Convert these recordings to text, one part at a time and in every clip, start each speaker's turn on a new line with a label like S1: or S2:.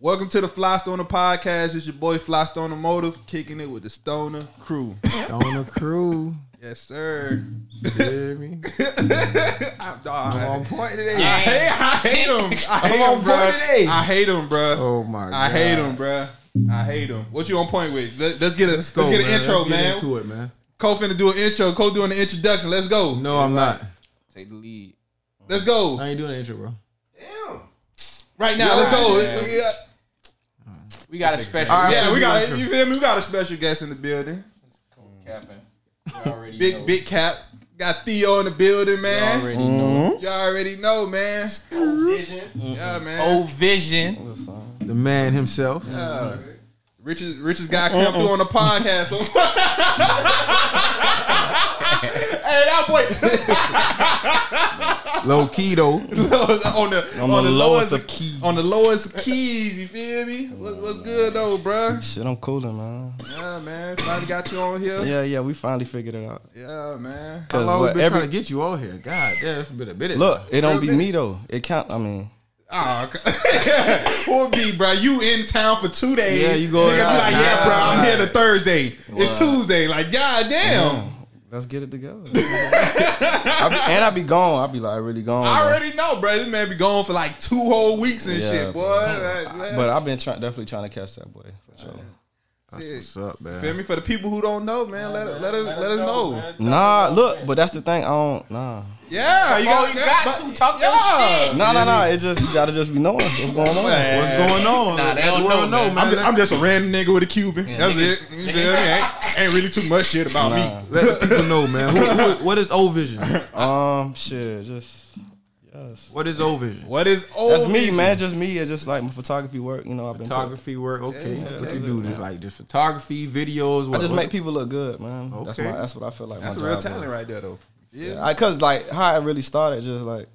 S1: Welcome to the Fly Stoner Podcast. It's your boy Fly Stoner Motive, kicking it with the Stoner Crew.
S2: On the crew.
S1: Yes, sir.
S2: You hear me?
S1: I'm, dog,
S2: I'm on
S1: I,
S2: point today.
S1: I hate, I hate him. I hate
S2: on
S1: him,
S2: point
S1: bro.
S2: today.
S1: I hate him, bro.
S2: Oh my god.
S1: I hate him, bro. I hate him. What you on point with? Let, us get a let's,
S2: Let's go,
S1: get an
S2: man.
S1: intro,
S2: Let's
S1: man.
S2: Get into it, man.
S1: Cole finna do an intro. Cole doing the introduction. Let's go.
S2: No, I'm not.
S3: Take the lead.
S1: Let's go
S2: I ain't doing an intro, bro.
S3: Damn.
S1: right now. Let's go. uh,
S3: Yeah.
S1: Let's- yeah.
S3: We got a special.
S2: All right.
S1: Yeah,
S2: I'm
S1: we
S2: gonna do
S1: got
S2: an
S1: you feel me. We got a special guest in the building.
S3: Capping. You already
S1: Big
S3: know.
S1: big cap. Got Theo in the building,
S3: You
S1: man.
S3: already know.
S1: Y'all already know, man.
S3: Vision.
S1: Yeah, man.
S3: Oh, vision.
S2: The man himself.
S1: Yeah. Rich's richest guy came through on the podcast. So. hey, that boy
S2: Low key though.
S1: on the on, the, lowest,
S4: of keys.
S1: on the lowest keys. You feel me? What's, what's good though, bruh?
S4: Shit, I'm cooling, man.
S1: Yeah, man. Finally got you on here. Yeah,
S4: Yeah, yeah, we finally figured it out.
S1: man.
S2: How
S4: Cause
S2: long we
S4: what
S2: been
S4: every-
S2: trying to get you all here? God damn, it's been a minute.
S4: look, it don't be me though. It count. I mean,
S1: Oh, who be, bro? You in town for two days?
S2: Yeah, you going
S1: Nigga be
S2: out
S1: like,
S2: of
S1: yeah,
S2: town.
S1: bro. I'm here to Thursday. It's Tuesday. Like, goddamn.
S4: Mm-hmm. let's get it together. I be, and I be gone. I be like, I really gone.
S1: I
S4: bro.
S1: already know, bro. This man be gone for like two whole weeks and
S4: Yeah,
S1: shit, boy.
S4: bro.
S1: Like, like,
S4: But I've been try- definitely trying to catch that boy for sure.
S2: That's
S1: shit.
S2: what's up,
S1: Feel
S2: man.
S1: me? For the people who don't know, man, let, let, us, let us know.
S4: Nah, look, but that's the thing. I don't. Nah,
S1: Yeah, you
S3: Oh, you
S1: that,
S3: got
S1: but-
S3: to talk your
S1: yeah.
S3: shit.
S4: nah, nah, nah. It just you gotta just be knowing what's going on.
S2: What's going on?
S3: Nah, they don't
S2: Everyone
S3: know, man.
S1: I'm, just,
S2: Let,
S1: I'm just a random nigga with a Cuban. That's it.
S3: niggas-
S1: You feel me? Ain't, ain't really too much shit about me.
S2: let the people know, man. Who, who, what is O Vision?
S4: Um, shit, just yes.
S2: What is O Vision?
S1: What is old?
S4: That's me, man. Just me. It's just like my photography work. You know, I've been.
S2: Photography work, okay. what
S4: that's
S2: you
S4: it,
S2: do? Just like just photography, videos. What,
S4: I just
S2: what-
S4: make people look good, man. That's
S2: Okay.
S4: my. That's what I feel like.
S1: That's a
S4: my
S1: real
S4: job is.
S1: talent right there, though. Yeah,
S4: I, cause like how it really started, just like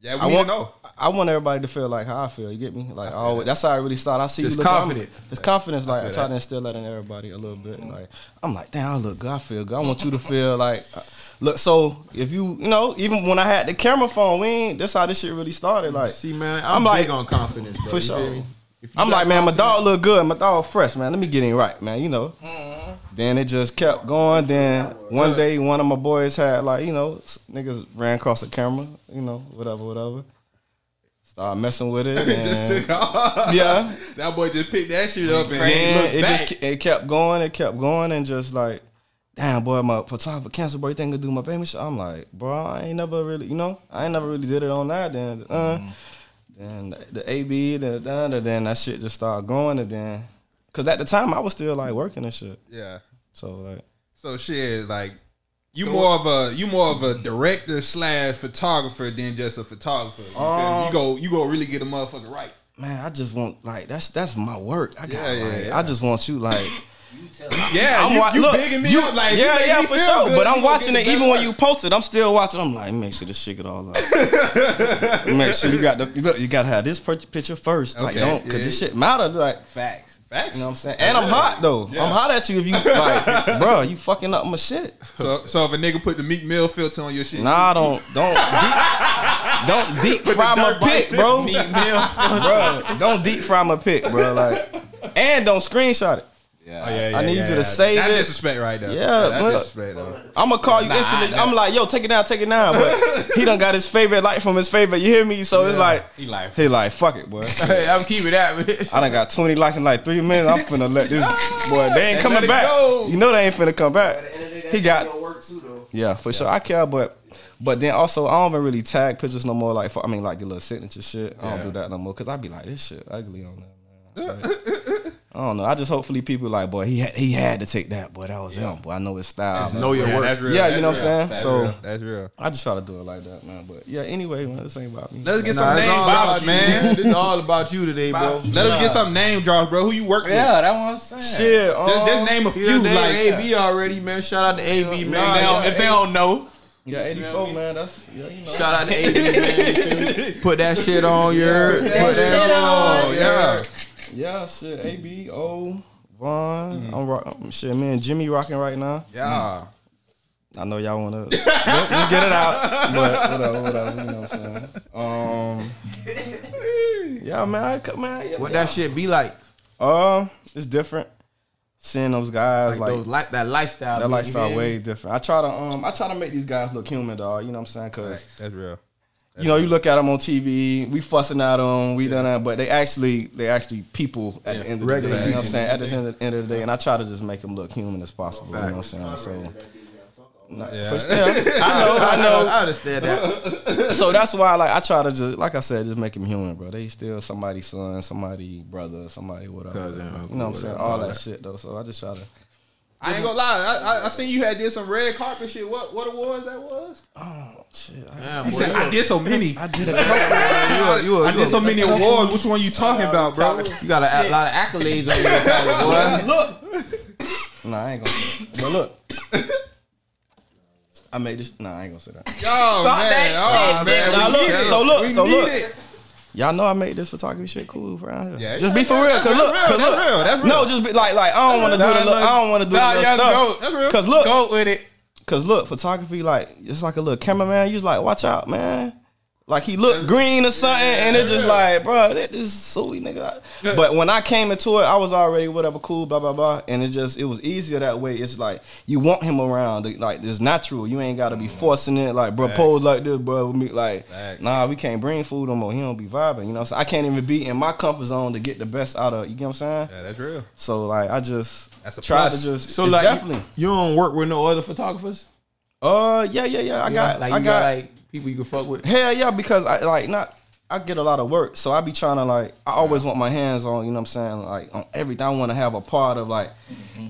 S1: yeah, we
S4: I
S1: need
S4: want,
S1: to know.
S4: I want everybody to feel like how I feel. You get me? Like I always, that's how I really started. I see
S2: Just
S4: you look I'm-
S2: confident.
S4: It's confidence. Like I, try to instill that in everybody a little bit. Like I'm like, damn, I look good. I feel good. I want you to feel like, uh, look. So if you, you know, even when I had the camera phone, we ain't. That's how this shit really started. Like,
S2: See, man, I'm,
S4: I'm
S2: big
S4: like-
S2: on confidence, bro.
S4: for
S2: you feel
S4: sure.
S2: me? If you
S4: I'm
S2: got
S4: like, man, my dog look good. My dog fresh, man. Let me get in right, man. You know. Then it just kept going. Then one day, one of my boys had like, you know, s- niggas ran across the camera. You know, whatever, whatever. Started messing with it.
S1: It just
S4: and-
S1: took off.
S4: yeah.
S1: that boy just picked that shit up and
S4: Then
S1: looked
S4: it
S1: back.
S4: just ke- it kept going. It kept going, and just like, damn, boy, my photographer canceled. Boy, you think I do my famous? Shit? I'm like, bro, I ain't never really, you know, I ain't never really did it on that. Then, uh,
S1: Mm-hmm.
S4: then the- the AB, then the- then then that shit just started going, and then, cause at the time I was still like working and shit,
S1: yeah.
S4: so like.
S1: So shit, like you more of a you more of a director slash photographer than just a photographer. You, feel me? you go you go really get a motherfucker right.
S4: Man, I just want like that's that's my work. I got
S1: Yeah, yeah,
S4: like,
S1: yeah.
S4: I just want you like
S1: Yeah,
S4: I'm
S1: you,
S4: wa-
S1: you
S4: look,
S1: bigging me
S4: you-
S1: up like if
S4: yeah,
S1: you make
S4: yeah,
S1: me
S4: for
S1: feel
S4: sure.
S1: good,
S4: but
S1: you
S4: I'm
S1: gonna
S4: watching
S1: get
S4: it
S1: the
S4: even
S1: best
S4: when you post it. I'm still watching. I'm like, make sure this shit get all out. make sure you got the look. You gotta have this per- picture first. Like,
S1: Okay,
S4: don't cause
S1: yeah,
S4: this
S1: yeah.
S4: shit matter. Like,
S3: Facts.
S1: Facts.
S4: you know what I'm saying? And I'm hot though. I'm hot at you if you like, bro. You fucking up my shit.
S1: So so if a nigga put the Meek Mill filter on your shit,
S4: Nah, don't don't deep, don't deep fry my
S1: dirt bike
S4: pic, bro.
S1: in.
S4: bro, don't deep fry my pic, bro. Like, and don't screenshot it.
S3: Yeah.
S1: Oh, yeah, yeah,
S4: I need
S1: yeah,
S4: you to
S1: yeah.
S4: save
S1: That's
S4: it.
S1: disrespect right there.
S4: Yeah,
S1: that's
S4: look.
S1: disrespect though.
S4: I'm gonna call you instantly.
S3: I know.
S4: I'm like, yo, take it down, take it down. But he done got his favorite light from his favorite. You hear me? So it's like
S3: He like,
S4: he like, fuck it, boy.
S2: Hey, I'm keeping that, bitch.
S4: I done got 20 likes in like three minutes. I'm finna let this boy. They
S1: let
S4: ain't coming
S1: it
S4: back.
S1: go.
S4: You know they ain't finna come back. He got
S3: work too, though.
S4: yeah, for sure. I care, but but then also I don't even really tag pictures no more. Like for, I mean, like the little signature shit. I don't do that no more because I be like, this shit ugly on that. Man. Like, I don't know. I just hopefully people like, boy, he had, he had to take that, boy. That was him, boy. I know his style. man.
S2: Know your
S1: Yeah,
S2: work.
S1: that's real.
S4: Oh, Yeah,
S1: that's
S4: you know what
S1: real.
S4: I'm saying?
S1: That's
S4: So-
S1: real. that's real.
S4: I just try to do it like that, man. But yeah, anyway, man, this ain't about me.
S1: Let's get
S2: Nah,
S1: some
S2: it's
S1: name
S2: all about
S1: drops,
S2: you,
S1: man.
S2: It's all about you today, bro.
S3: About you.
S1: Let us get some name drops, bro. Who you work with?
S3: Yeah, that's what I'm saying.
S4: shit. Um,
S1: Just, just name a
S2: You done
S1: few.
S2: named
S1: Like
S2: AB already, man. Shout out to AB, man.
S3: If they don't, if they don't know,
S4: yeah, eighty four, man. That's yeah, you know.
S2: Shout out to AB, man. You feel me? Put that shit on your. Put that
S1: oh yeah,
S4: Yeah, shit. A B O Von. I'm rock. I'm- Shit, man. Jimmy rocking right now.
S1: yeah.
S4: I know y'all wanna let, us get it out, but whatever, whatever. You know what I'm saying? Um, yeah, man, I come man. Yeah,
S2: What
S4: yeah.
S2: that shit be like?
S4: Um, it's different. Seeing those guys
S2: Like,
S4: like,
S2: those like that lifestyle.
S4: that
S2: you
S4: lifestyle
S2: feel me?
S4: way different. I try to um I try to make these guys look human, dog. You know what I'm saying? Cause
S1: That's real.
S4: you know you look at them on TV, we fussing at them, we done that, but they actually they actually people at the end of the day. You
S2: regular
S4: know what I'm saying? At the end of the, end of the day, and I try to just make them look human as possible. You know what I'm saying? So. Nah, for sure. I
S2: I
S4: know, I know
S2: know. I understand that.
S4: so that's why like I try to just like I said, just make him human, bro. They still somebody's son, somebody brother, somebody whatever.
S2: Cousin,
S4: you know
S2: uncle,
S4: what I'm saying?
S2: whatever,
S4: All
S2: all
S4: that
S2: that.
S4: shit though. So I just try to
S1: I ain't gonna lie. I, I, I seen you had did some red carpet shit. What what awards that was?
S4: Oh shit. I,
S2: Damn, boy,
S1: Said, I did so many.
S4: I did it.
S2: you, you, you,
S1: I did so many awards. Which one you talking about, bro?
S2: You got a, a lot of accolades on your title, boy.
S4: nah, I ain't gonna say that. But look. I made this nah, I ain't gonna say that.
S1: Oh man, oh man.
S4: Now
S1: we
S4: look,
S1: need it.
S4: so look,
S1: We
S4: so
S1: need
S4: look.
S1: it.
S4: Y'all know I made this photography shit cool, bro.
S1: Yeah, yeah,
S4: just be for
S1: that-
S4: real, cause
S1: that's
S4: look,
S1: real, that's
S4: cause look,
S1: real, that's real.
S4: no, just be like, like I don't want to do the,
S3: Nah,
S4: little,
S3: look.
S4: I don't want to do
S3: Nah,
S4: the
S3: y'all
S4: little
S3: go.
S4: stuff,
S3: That's real.
S4: cause look,
S3: Go with it.
S4: Cause look, photography like it's like a little cameraman. You just like watch out, man. Like he looked green or something, and it's just like, bro, that is suey nigga. But when I came into it, I was already whatever, cool, blah blah blah, and it just it was easier that way. It's like you want him around, like it's natural. You ain't gotta be forcing it, like bro, pose like this, bro. With me, like
S1: Facts.
S4: nah, we can't bring food no more. He don't be vibing, you know. So I can't even be in my comfort zone to get the best out of you. Get what I'm saying?
S1: Yeah, that's real.
S4: So like I just
S1: That's a
S4: try to
S1: plus.
S4: just
S2: So
S4: it's
S2: like,
S4: definitely.
S2: you don't work with no other photographers.
S4: Uh yeah yeah yeah I got
S2: like
S4: I
S2: you
S4: got
S2: like people you can fuck with.
S4: Hell yeah, because I like not. I get a lot of work, so I be trying to like. I always want my hands on. You know what I'm saying? Like on everything. I want to have a part of like,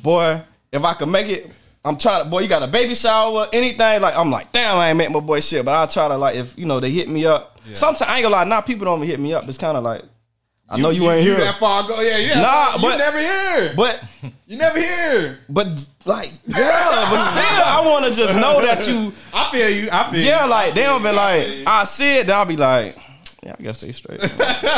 S4: boy. If I could make it, I'm trying to. Boy, you got a baby shower, anything. Like I'm like, damn, I ain't make my boy shit. But I try to like if you know they hit me up. Sometimes I ain't gonna lie. Now people don't hit me up. It's kind of like, I know you, ain't
S1: you
S4: here,
S1: that far go. Yeah, yeah.
S4: Nah,
S1: you
S4: but-
S1: never here.
S4: but
S1: You never here.
S4: but like yeah, but still I want to just know that you
S1: I feel you. I feel
S4: yeah
S1: you.
S4: like they'll be like I see it. Then I'll be like, yeah, I guess they straight.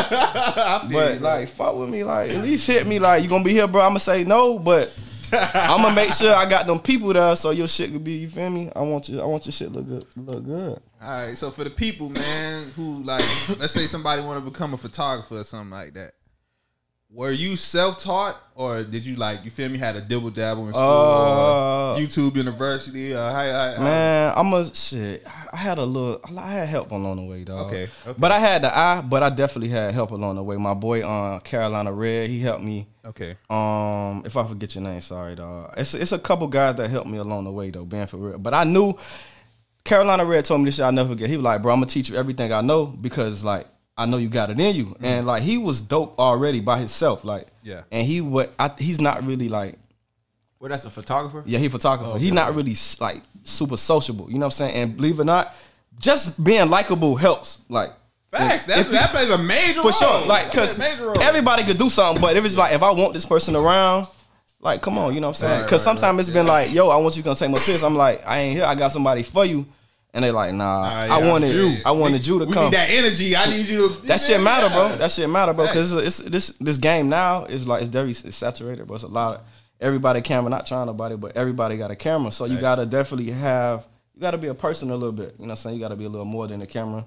S1: I feel
S4: But
S1: you.
S4: like, fuck with me. Like, at least hit me. Like, you gonna be here, bro? I'm gonna say no, but I'm gonna make sure I got them people there, so your shit could be. You feel me? I want you. I want your shit look good. Look good.
S1: All right, so for the people, man, who like, let's say somebody want to become a photographer or something like that. Were you self taught, or did you like, you feel me, had a dibble dabble in school,
S4: Uh,
S1: or YouTube University, or how, how, how-
S4: Man, I'm a shit. I had a little. I had help along the way, dog.
S1: Okay, okay.
S4: But I had the eye. But I definitely had help along the way. My boy, uh, Carolina Red, he helped me.
S1: Okay,
S4: Um, if I forget your name, sorry, dog. It's it's a couple guys that helped me along the way though, being for real. But I knew Carolina Red told me this shit I never forget. He was like, bro, I'm gonna teach you everything I know because like I know you got it in you. And like he was dope already by himself. Like
S1: Mm-hmm. Yeah.
S4: And he what I, he's not really like
S2: Well, that's a photographer.
S4: yeah, he photographer.
S1: Oh,
S4: He not really s- like super sociable. You know what I'm saying? And believe it or not, just being likable helps. Like
S1: facts.
S4: if-
S1: That
S4: if you-
S1: that plays a major
S4: for
S1: role.
S4: sure. Like,
S1: That
S4: cause
S1: plays a major role.
S4: everybody could do something, but if it's like, if I want this person around, like, come on, you know what I'm saying?
S1: Right,
S4: Cause
S1: right,
S4: sometimes it's been like, yo, I want you to come take my piss. I'm like, I ain't here. I got somebody for you, and they like, nah,
S1: All right,
S4: I
S1: yeah,
S4: wanted,
S1: you.
S4: I wanted you to
S1: we
S4: come.
S1: need
S4: That,
S1: that energy. I need you to.
S4: shit matter, bro.
S1: Yeah.
S4: That shit matter, bro. Cause it's, it's this this game now is like it's very s- it's saturated, but it's a lot of everybody camera. Not trying nobody, but everybody got a camera. So you gotta definitely have. You gotta be a person a little bit. You know what I'm saying? You gotta be a little more than a camera.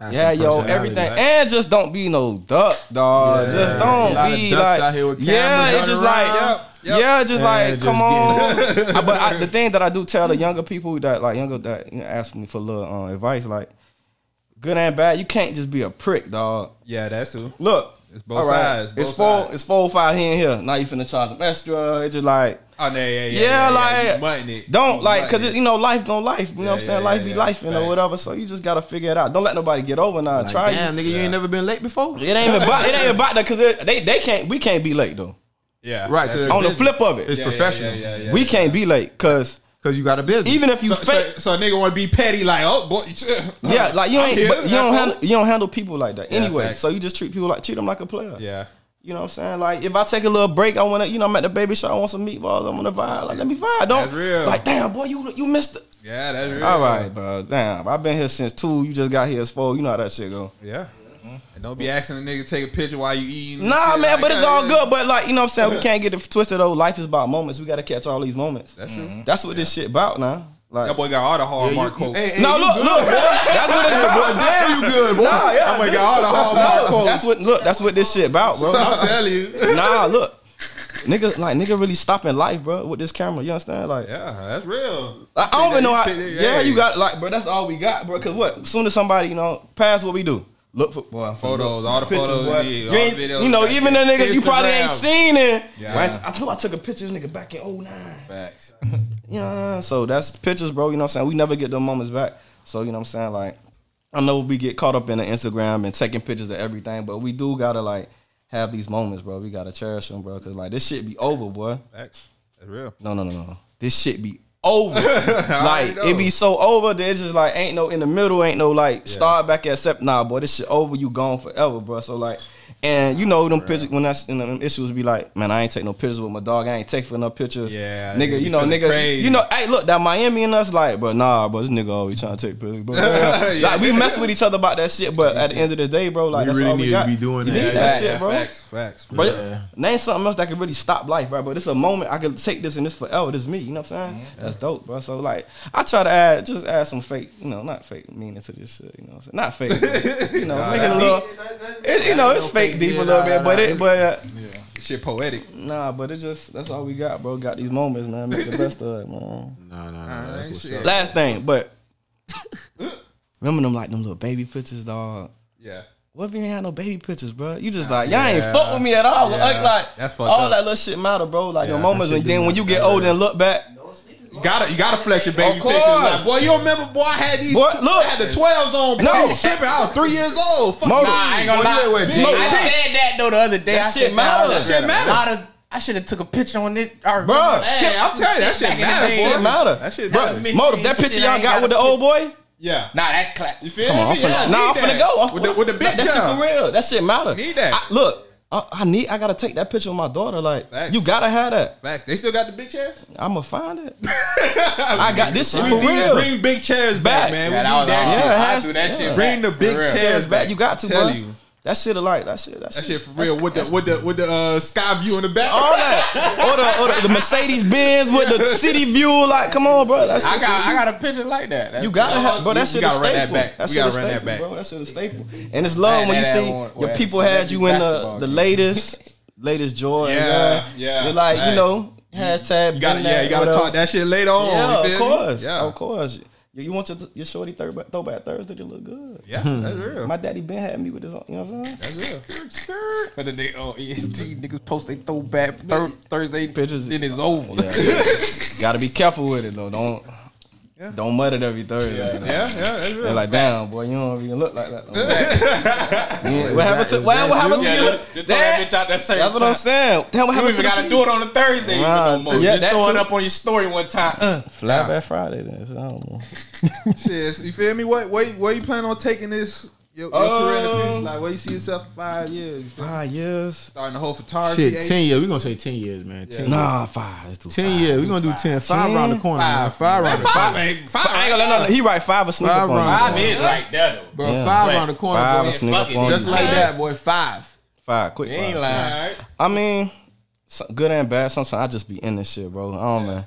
S2: Have
S4: Yeah,
S2: some
S4: yo,
S2: personality,
S4: everything,
S2: right?
S4: and just don't be no duck, dog.
S2: Yeah,
S4: just
S2: there's a lot
S4: don't
S2: of
S4: be
S2: ducks
S4: like,
S2: out here with
S4: yeah,
S2: cameras
S4: it's just
S2: running
S4: like,
S2: around.
S1: Yep,
S4: yeah, just
S2: Yeah,
S4: like,
S2: just
S4: come
S2: get-
S4: on. I- but I, the thing that I do tell the younger people that like younger that you know, ask me for little uh, advice, like good and bad, you can't just be a prick, dog.
S1: Yeah, that's who.
S4: Look,
S1: It's both sides,
S4: It's
S1: both
S4: four,
S1: sides.
S4: it's four, five here and here. Now you finna charge them extra. It's just like.
S1: Oh no, yeah, yeah, yeah, yeah,
S4: Yeah, like
S1: you button it.
S4: don't
S1: You
S4: like
S1: button
S4: because
S1: it.
S4: you know life don't life. You know what I'm
S1: Yeah,
S4: saying?
S1: yeah,
S4: life
S1: yeah,
S4: be
S1: yeah.
S4: life and or
S1: Facts.
S4: whatever. So you just gotta figure it out. Don't let nobody get over now.
S2: Like,
S4: Try
S2: damn,
S4: you.
S2: nigga, you ain't never been late before.
S4: It ain't even about, it ain't about that because they they can't we can't be late though.
S1: yeah,
S2: Right,
S1: that's
S2: 'cause
S1: who.
S4: On the
S2: business.
S4: flip of
S2: It's
S4: it,
S1: Yeah, yeah,
S2: professional.
S1: yeah, yeah, yeah.
S4: we can't be late because
S2: Cause you got a business.
S4: even if you
S1: So,
S4: fake,
S1: so, so a nigga want to be petty, like, oh boy,
S4: yeah, like you
S1: I'm
S4: ain't
S1: here,
S4: but you
S1: that's
S4: don't
S1: cool.
S4: handle you don't handle people like that anyway.
S1: facts.
S4: So you just treat people like treat them like a player.
S1: yeah.
S4: You know what I'm saying? Like if I take a little break, I wanna you know I'm at the baby shower, I want some meatballs, I wanna vibe. Like let me vibe. Don't
S1: That's real.
S4: like damn boy, you you missed it.
S1: Yeah, that's real.
S4: All right, bro. Damn, I've been here since two. You just got here as four. You know how that shit go.
S1: Yeah. And don't be asking a nigga to take a picture while you eating. and
S4: Nah,
S1: shit,
S4: man,
S1: like,
S4: but it's
S1: yeah,
S4: all
S1: yeah.
S4: good. But like, you know what I'm saying? We can't get it twisted though. Life is about moments. We gotta catch all these moments.
S1: That's true.
S4: That's what this shit about now.
S1: That
S4: Like,
S1: boy got all the Hallmark quotes.
S4: no, look, look, boy, that's what it's about.
S2: Damn, you good, boy.
S4: Nah, yeah.
S1: Oh
S2: I'm gonna get all the Hallmark
S4: No, that's what look. That's what this shit about, bro.
S1: I'm telling you.
S4: nah, look. Nigga, like nigga, really stopping life, bro, with this camera. You understand? Like,
S1: Yeah, that's real.
S4: I, I don't even know how.
S1: Pick it,
S4: Yeah,
S1: yeah.
S4: you got like, bro. That's all we got, bro. Cause what? Soon as somebody, you know, pass what we do. Look for boy,
S1: Photos, all the photos, yeah,
S4: boy. you,
S1: all
S4: ain't-
S1: the videos,
S4: you know,
S1: like
S4: even the niggas you probably ain't
S3: Instagram.
S4: seen it.
S1: Yeah.
S4: Right? I know I took a picture of this nigga back in 09.
S3: Facts.
S4: Yeah, so that's pictures, bro. You know what I'm saying? We never get them moments back. So, you know what I'm saying? Like, I know we get caught up in the Instagram and taking pictures of everything, but we do gotta, like, have these moments, bro. We gotta cherish them, bro. Cause, like, this shit be over, boy.
S1: That's that's real.
S4: No, no, no, no. This shit be over. like,
S1: know.
S4: it be so over that it's just, like, ain't no in the middle, ain't no, like, start back at step. Nah, boy, this shit over. You gone forever, bro. So, like, and you know them pictures when that's and them issues be like, man, I ain't take no pictures with my dog. I ain't take for no pictures.
S1: Yeah,
S4: nigga,
S1: you
S4: you know,
S1: feeling
S4: nigga,
S1: crazy.
S4: you know, hey, look, that Miami and us, like, bro, nah, bro, this nigga always trying to take pictures. But,
S1: Yeah.
S4: like, we mess with each other about that shit, but at the end of the day, bro, like,
S2: We
S4: that's
S2: really
S4: all we
S2: need to
S4: got.
S2: be doing
S4: You
S2: that.
S4: need
S2: Yeah,
S4: that shit, bro.
S1: Facts, facts.
S4: Bro,
S2: Yeah.
S4: name something else that could really stop life, right? But it's a moment I could take this and this forever. This me, you know what I'm saying? That's dope, bro. So like, I try to add, just add some fake, you know, not fake meaning to this shit, you know, what I'm saying? not fake, but, you know, make it a little, it, you know, it's fake deep a little bit, but it, but uh,
S1: Shit poetic.
S4: nah, but it just that's all we got, bro. Got these moments, man. Make the best of it, man.
S2: No, no, no. That's what's
S1: Alright,
S2: up.
S4: Last thing, but remember them like them little baby pictures, dog.
S1: Yeah.
S4: What if you ain't had no baby pictures, bro? You just like y'all ain't fuck with me at all.
S1: Yeah.
S4: Like, like
S1: That's fucked
S4: all
S1: up.
S4: that little shit matter, bro. Like your
S2: Yeah,
S4: moments
S2: that
S4: when
S2: shit
S4: then
S2: do
S4: when you get
S2: matter.
S4: older and look back,
S1: You gotta, you gotta flex your baby
S4: Of
S1: pictures.
S4: course.
S1: Like, boy, you don't remember, boy, I had these,
S4: Boy,
S1: tw-
S4: look.
S1: I had the 12s on, boy.
S4: No.
S1: No. Tripping, I was three years old. Fuck
S4: Mo-
S1: you.
S3: Nah, I ain't gonna
S2: Boy,
S3: lie.
S2: you ain't with
S3: Bitch, I
S2: Jay.
S3: said that though the other day.
S4: That
S3: I
S4: shit
S3: said,
S4: matter.
S3: nah,
S4: That shit
S1: matter.
S3: A lot of, I should have took a picture on this. I remember
S4: Bruh.
S3: that.
S1: Hey, I'm telling you, that
S3: back
S1: shit
S3: in the
S1: matter,
S3: day.
S1: boy.
S4: shit matter.
S1: That shit
S3: That
S1: matter.
S3: was me.
S4: Mo, if that
S3: Shit,
S4: picture
S3: I
S4: y'all
S3: ain't
S4: got
S3: got
S4: with
S3: a
S4: the old boy,
S1: Yeah.
S3: Nah, that's clap.
S1: You feel
S4: come on, I'm
S1: me? Yeah, I
S4: finna, nah, I'm
S1: need
S4: finna
S1: that.
S4: go. I'm
S1: With the,
S4: finna-
S1: with the
S4: that,
S1: big
S4: that shit for
S1: shot.
S4: real. That shit matter.
S1: Need that.
S4: I, look. I, I need. I gotta take that picture with my daughter. Like
S1: Facts.
S4: you gotta have that.
S1: Facts. They still got the big chairs?
S4: I'ma find it. I got this shit
S1: We
S4: for
S1: need to
S4: real.
S1: bring big chairs back,
S4: Back.
S1: man. We
S3: Yeah,
S1: need
S3: that was
S1: that
S3: all-
S1: shit.
S4: Yeah, it
S3: I
S4: has-
S3: threw that
S4: yeah.
S3: shit.
S1: Bring the
S3: back,
S1: big
S3: for real.
S1: chairs
S4: It's back. You got to.
S1: Tell
S4: bruh.
S1: you.
S4: That shit alike. That shit. That shit.
S1: That shit for real with the with the with the uh, sky view in the back.
S4: all that. Or the, or the, the Mercedes Benz with the city view. Like, come on, bro. That shit
S3: I got, I got a picture like that. That's
S4: You gotta
S1: Nah,
S4: have, bro. That
S1: we- we
S4: shit a
S1: gotta
S4: staple.
S1: run that back.
S4: That
S1: We
S4: shit a
S1: gotta run that
S4: staple,
S1: back.
S4: bro. That shit a staple. And it's love
S3: Man,
S4: when you
S3: that- that
S4: see
S3: one-
S4: your
S3: well,
S4: people
S3: celebrity
S4: had you in the
S3: basketball
S4: the
S3: game.
S4: latest, latest joy.
S1: Yeah, yeah,
S4: You're like you
S1: facts.
S4: know, hashtag.
S1: You gotta, yeah, you gotta talk that shit later on.
S4: Yeah,
S1: you
S4: of
S1: feel me?
S4: course.
S1: Yeah,
S4: Of course. You, you want your your shorty throwback, throwback Thursday to look good.
S1: yeah, that's real.
S4: My daddy Ben had me with this. on- You know what I'm saying?
S1: that's real.
S3: For the day Oh, on EST, niggas post they throwback thir- Thursday
S4: Pictures.
S3: Then it's over.
S4: gotta be careful with it though. Don't don't mud it every Thursday. you know?
S1: Yeah, yeah, that's real.
S4: They're like, damn, boy, you don't even look like that. no more." Yeah, what happened to? Well, what happened to
S3: Yeah,
S4: you?
S3: just throw
S4: That-
S3: that bitch out that same
S4: That's what I'm saying. Damn, what
S3: You don't
S4: happened
S3: even
S4: to
S3: gotta do it on a Thursday. even
S4: Nah,
S3: no more.
S4: yeah,
S3: Just
S4: that
S3: throw it
S4: too. Uh,
S3: up on your story one time.
S4: Flat Back Friday then. So I don't know.
S1: Shit, you feel me? What, where, where you plan on taking this? Your, your career in the
S3: Uh,
S1: future?
S4: Um,
S1: Like, where you see yourself in five years? You feel me?
S4: Five years?
S1: Starting the whole photography.
S2: Shit,
S1: age.
S2: ten years. We're gonna say ten years, man. Ten, years.
S4: Nah, five. It's too
S2: ten years. We're gonna do ten. Five
S4: Ten?
S2: around the corner, man.
S3: Five.
S2: Five around the
S1: Five,
S2: corner.
S1: ain't- five,
S4: I ain't gonna let nothing. He right five or sneak
S2: Five
S4: up on
S2: round.
S4: you.
S3: Five is like that though.
S2: Bro,
S4: Yeah.
S2: five
S3: But
S2: around the corner,
S4: Five
S2: boy.
S4: or sneak
S3: fuck
S4: up
S3: it,
S4: on you.
S2: Just like that, boy. Five.
S4: Five, quick
S3: You ain't
S4: five.
S3: lying.
S1: All right.
S4: I mean, so- good and bad. Sometimes I just be in this shit, bro. I don't man.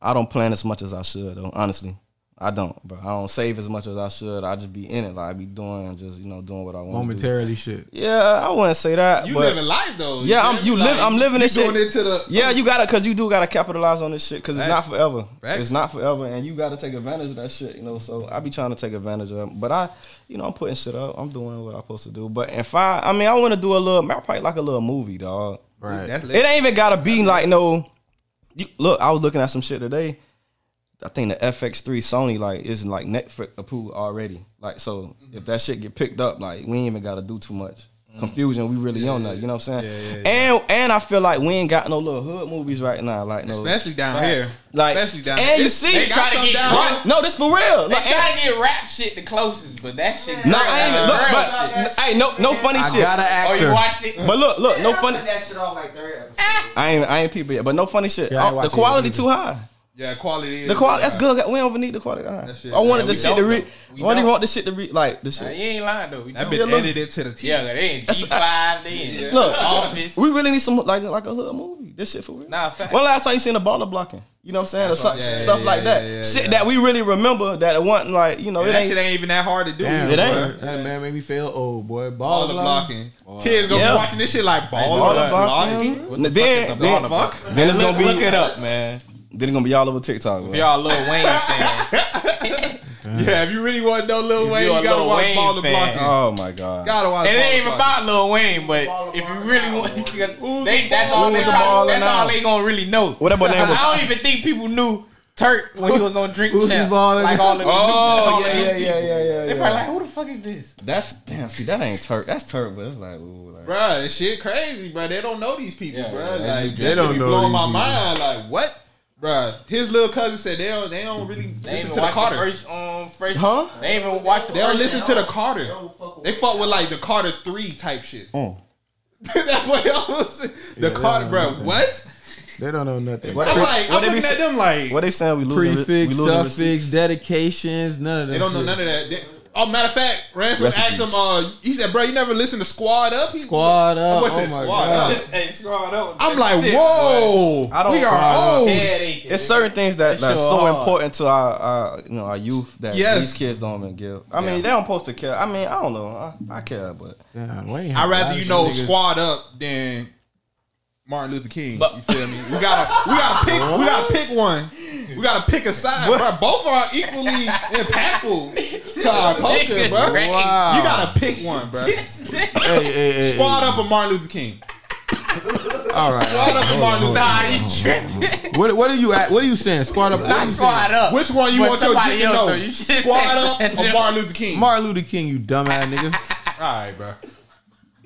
S4: I don't plan as much as I should though. Honestly, I don't, bro. I don't save as much as I should. I just be in it. Like I be doing, just you know, doing what I want. to do.
S2: Momentarily, shit.
S4: Yeah, I wouldn't say that.
S1: You
S4: but
S1: living life though.
S4: Yeah,
S1: feel
S4: I'm-
S1: me?
S4: you live- I'm living
S1: you
S4: this
S1: doing
S4: shit.
S1: it to the.
S4: Yeah, you gotta, cause you do gotta capitalize on this shit, cause it's not
S1: Facts.
S4: forever.
S1: Facts.
S4: It's not forever, and you gotta take advantage of that shit, you know. So I be trying to take advantage of, it. but I, you know, I'm putting shit up. I'm doing what I'm supposed to do. But if I, I mean, I want to do a little, probably like a little movie, dog.
S2: Right.
S1: That's lit.
S4: It ain't even gotta be like no. You, look, I was looking at some shit today. I think the FX3 Sony like is like Netflix approved already. Like so, if that shit get picked up, like we ain't even gotta do too much confusion. We really on that, you know what I'm saying? And and I feel like we ain't got no little hood movies right now. Like no,
S1: Especially down here.
S4: like
S1: especially down here.
S4: and you
S1: It's-
S4: see,
S1: they
S3: try
S1: got
S3: to
S1: some
S3: get
S1: down
S3: drunk.
S1: here.
S4: no, this for real.
S3: They
S4: Like,
S3: try to get rap shit the closest, but that shit.
S4: no, I ain't, look,
S3: that's
S4: but, I ain't no no funny
S2: I
S4: shit.
S2: got an
S3: Oh,
S2: actor.
S3: you watched it?
S4: But look, look, no funny.
S5: that shit off like third episode.
S4: I ain't I ain't people yet, but no funny shit. Oh,
S2: Yeah, I ain't
S4: the
S2: watching it
S4: quality
S2: either.
S4: too high.
S1: Yeah, quality. Is
S4: The quality, that's good. We don't even need the quality.
S1: That shit-
S4: I
S1: Yeah,
S4: wanted the
S1: we
S4: shit to
S3: don't,
S4: read.
S3: though. We
S4: Why do you
S3: don't.
S4: want the shit to read? Like the
S3: Nah, you
S4: shit.
S3: ain't lying though. We
S1: That
S3: don't-
S1: been
S4: look.
S1: edited to the T.
S3: yeah, they in G five. They in
S4: Look.
S3: office.
S4: We really need some like like a hood movie. This shit for real.
S3: Nah, fact.
S4: When last time you seen a baller blocking? You know what I'm saying? Or some,
S1: yeah,
S4: stuff
S1: yeah,
S4: like
S1: yeah,
S4: that.
S1: yeah, yeah,
S4: shit
S1: yeah.
S4: that we really remember that it wasn't like you know
S1: And
S4: it
S1: that shit
S4: ain't.
S1: ain't even that hard to do.
S2: Damn,
S4: It
S2: boy.
S4: ain't.
S2: That man made me feel old, boy.
S1: All
S2: Ball
S1: the
S2: blocking.
S1: blocking. Kids gonna
S4: Yeah.
S1: be watching this shit like ball,
S4: Baller
S1: blocking.
S4: blocking.
S3: What the
S4: then,
S3: fuck is a
S4: then,
S3: baller
S4: fuck.
S3: block?
S4: then it's
S3: Look,
S4: gonna be
S3: look it up, man.
S4: then it's gonna be all over TikTok.
S3: If
S4: bro.
S3: y'all Lil Wayne fans,
S1: Yeah, if you really want to know Lil Wayne,
S3: you a
S1: you gotta
S3: Lil
S1: watch
S3: Wayne
S1: ball
S3: fan.
S1: blocking.
S2: Uh,
S4: Oh my god.
S1: Gotta watch.
S3: and it
S1: Baller
S3: ain't even
S1: Blocking.
S3: about Lil Wayne, but if you really want,
S1: Who's
S3: they,
S1: the
S3: that's all
S4: baller
S3: they
S4: now?
S3: probably, that's all they gonna really know.
S4: What that boy name was?
S3: I don't even think people knew Turk when he was on Drink
S2: Who's he
S3: Champ.
S2: balling
S3: Like
S2: now?
S3: all the
S4: Oh
S3: new,
S4: yeah,
S3: all the
S4: yeah,
S3: new
S4: yeah,
S3: people.
S4: yeah, yeah.
S3: They
S4: yeah.
S3: probably like, who the fuck is this?
S4: That's damn. See, that ain't Turk. That's Turk, but it's like, ooh, like
S1: Bruh, this shit crazy, bruh. They don't know these people,
S3: Yeah,
S1: bruh.
S3: they-
S1: like
S2: they
S1: they
S2: don't
S1: don't be
S2: know
S1: blowing my
S2: these
S1: mind. Like what, bruh? His little cousin said they don't. They don't really
S3: They ain't
S1: listen
S3: even
S1: to the
S3: watch the
S1: Carter.
S3: first, um, first.
S4: Huh?
S3: They ain't even watch the
S1: They don't
S3: first.
S1: listen to the Carter. They fuck with like the Carter three type shit. That's what y'all was- The
S2: don't
S1: Carter,
S2: know
S1: bro.
S2: nothing.
S1: What?
S2: They don't know nothing.
S4: What-
S1: I'm like,
S4: what
S1: I'm
S4: they be
S1: looking
S4: say-
S1: at them like
S4: what they saying? We losing.
S2: Prefix,
S4: we losing
S2: suffix,
S4: receipts?
S2: dedications, none of that.
S1: they don't know none of that. They- oh, matter of fact, Ransom asked
S4: Recipes.
S1: him. Uh, he said, "Bro, you never listen to Squad Up." He-
S2: Squad up.
S1: Boy
S2: Oh
S1: said
S2: my
S1: squad
S2: god.
S1: up.
S3: Hey, scroll up.
S1: I'm like, whoa,
S4: I don't
S1: we
S4: squad
S1: are
S4: up.
S1: old.
S4: It's certain things that that's
S2: sure
S4: so
S2: hard.
S4: important to our, our you know our youth that
S1: Yes.
S4: these kids don't even give. I mean, they don't supposed to care. I mean, I don't know. I, I care, but
S2: Damn, Wayne
S1: I'd
S2: had a lot
S1: rather
S2: of
S1: you
S2: shit
S1: know
S2: niggas-
S1: squad up than Martin Luther King. you feel me? We gotta we gotta pick we gotta pick one. We gotta pick a side, bro. Both are equally impactful to our culture, bro.
S3: Wow.
S1: You gotta pick one, bro.
S2: Hey, hey, hey, hey.
S1: Squad up or Martin Luther King.
S2: All right.
S1: Squad up or Martin Luther.
S3: Nah, you tripping?
S2: What what are you at? What are you saying? Squad up. what are
S3: Not
S2: you
S3: squad
S2: saying?
S3: up.
S1: King. Which one you
S3: But
S1: want your
S3: somebody
S1: dick to
S3: else,
S1: know?
S3: though. You should
S1: Squad
S3: say
S1: up
S3: something.
S1: or Martin Luther King.
S2: Martin Luther King, you dumbass nigga.
S1: All right, bro.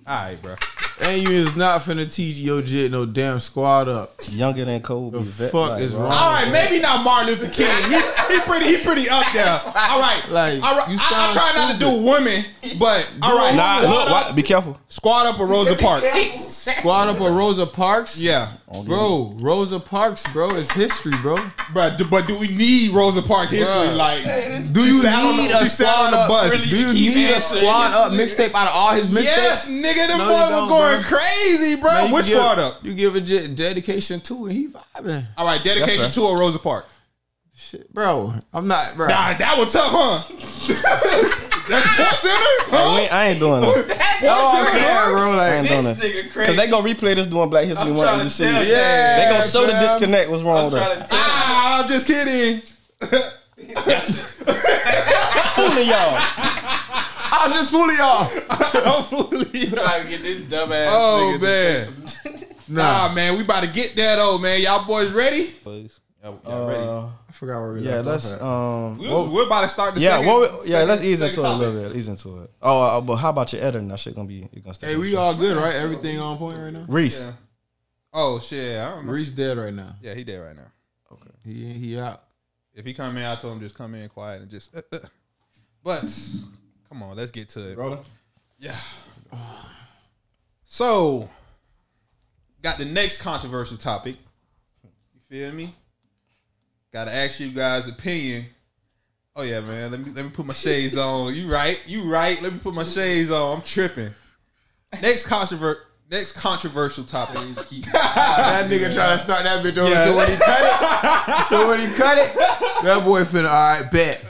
S1: All right, bro.
S2: and you is not finna teach your jit no damn squad up.
S4: younger than Kobe.
S2: The
S4: vet-
S2: fuck
S4: like,
S2: is
S4: bro.
S2: wrong?
S1: All right, maybe not Martin Luther King. He, he pretty, he pretty up there. All right,
S2: Like,
S1: all right.
S2: you
S1: I, I
S2: sound
S1: try not to do women, but all right.
S4: Nah,
S1: squad
S4: look,
S1: up,
S4: why, be careful.
S1: Squad up or Rosa Parks.
S2: Squad up or Rosa Parks?
S1: Yeah,
S2: Bro, Rosa Parks, bro, is history, bro.
S1: bro. But do we need Rosa Park history?
S2: Bruh.
S1: Like,
S2: Do
S1: she
S2: you
S1: sat on the-
S2: need a
S1: she sat on
S2: squad
S1: the
S2: up?
S1: bus.
S2: Do you need a squad up mixtape out of all his mixtapes?
S1: yes, nigga, them
S2: No,
S1: boys
S2: you
S1: were
S2: don't,
S1: going
S2: bruh.
S1: crazy, bro.
S2: Man, you
S1: Which
S2: give-
S1: squad up?
S2: You give a j- dedication to, and he vibing.
S1: All right, dedication
S4: That's
S1: to a Rosa Park.
S2: Shit, bro. I'm not, bro.
S1: Nah, that was tough, huh? That's sports center,
S4: I
S1: huh?
S4: ain't, I ain't doing that.
S2: Oh, I'm saying, bro,
S4: I ain't
S2: like,
S4: doing that.
S3: nigga
S4: Cause they gonna replay this doing Black History
S3: I'm
S4: Month.
S3: trying
S4: and
S3: to
S4: just see.
S3: tell you.
S2: yeah,
S4: They gonna show the
S2: fam.
S4: disconnect. What's wrong with that?
S1: Ah, I'm just kidding.
S4: Fooling y'all.
S2: I was just fooling y'all.
S1: Hopefully.
S3: trying to get this dumb ass.
S1: Oh,
S3: nigga to
S1: man.
S3: say some-
S1: Nah, man, we about to get there though, man. Y'all boys ready?
S4: Uh,
S2: I forgot where we
S4: yeah,
S2: left
S4: let's
S2: off at.
S4: um.
S1: We
S4: what-
S1: was, we're about to start the
S4: yeah,
S1: second.
S4: what we- yeah.
S1: second-
S4: Let's ease
S1: second
S4: into it a
S1: topic.
S4: little bit. Ease into it. Oh, uh, but how about your editing? That shit gonna be you gonna stay.
S2: Hey, we all good, right? Everything on point right now.
S4: Reese.
S1: Yeah. Oh shit, I don't know.
S2: Reese dead right now.
S1: Yeah, he dead right now.
S2: He he out.
S1: If he come in, I told him just come in quiet and just. uh, But come on, let's get to it.
S4: Roller.
S1: Yeah. So, got the next controversial topic. You feel me? Got to ask you guys' opinion. Oh yeah, man. Let me let me put my shades on. You right? You right? Let me put my shades on. I'm tripping. Next controvert. Next controversial topic.
S2: That nigga trying to start that bitch over.
S1: Yeah.
S2: So when he cut it, so when he cut it, that boy finna all right bet.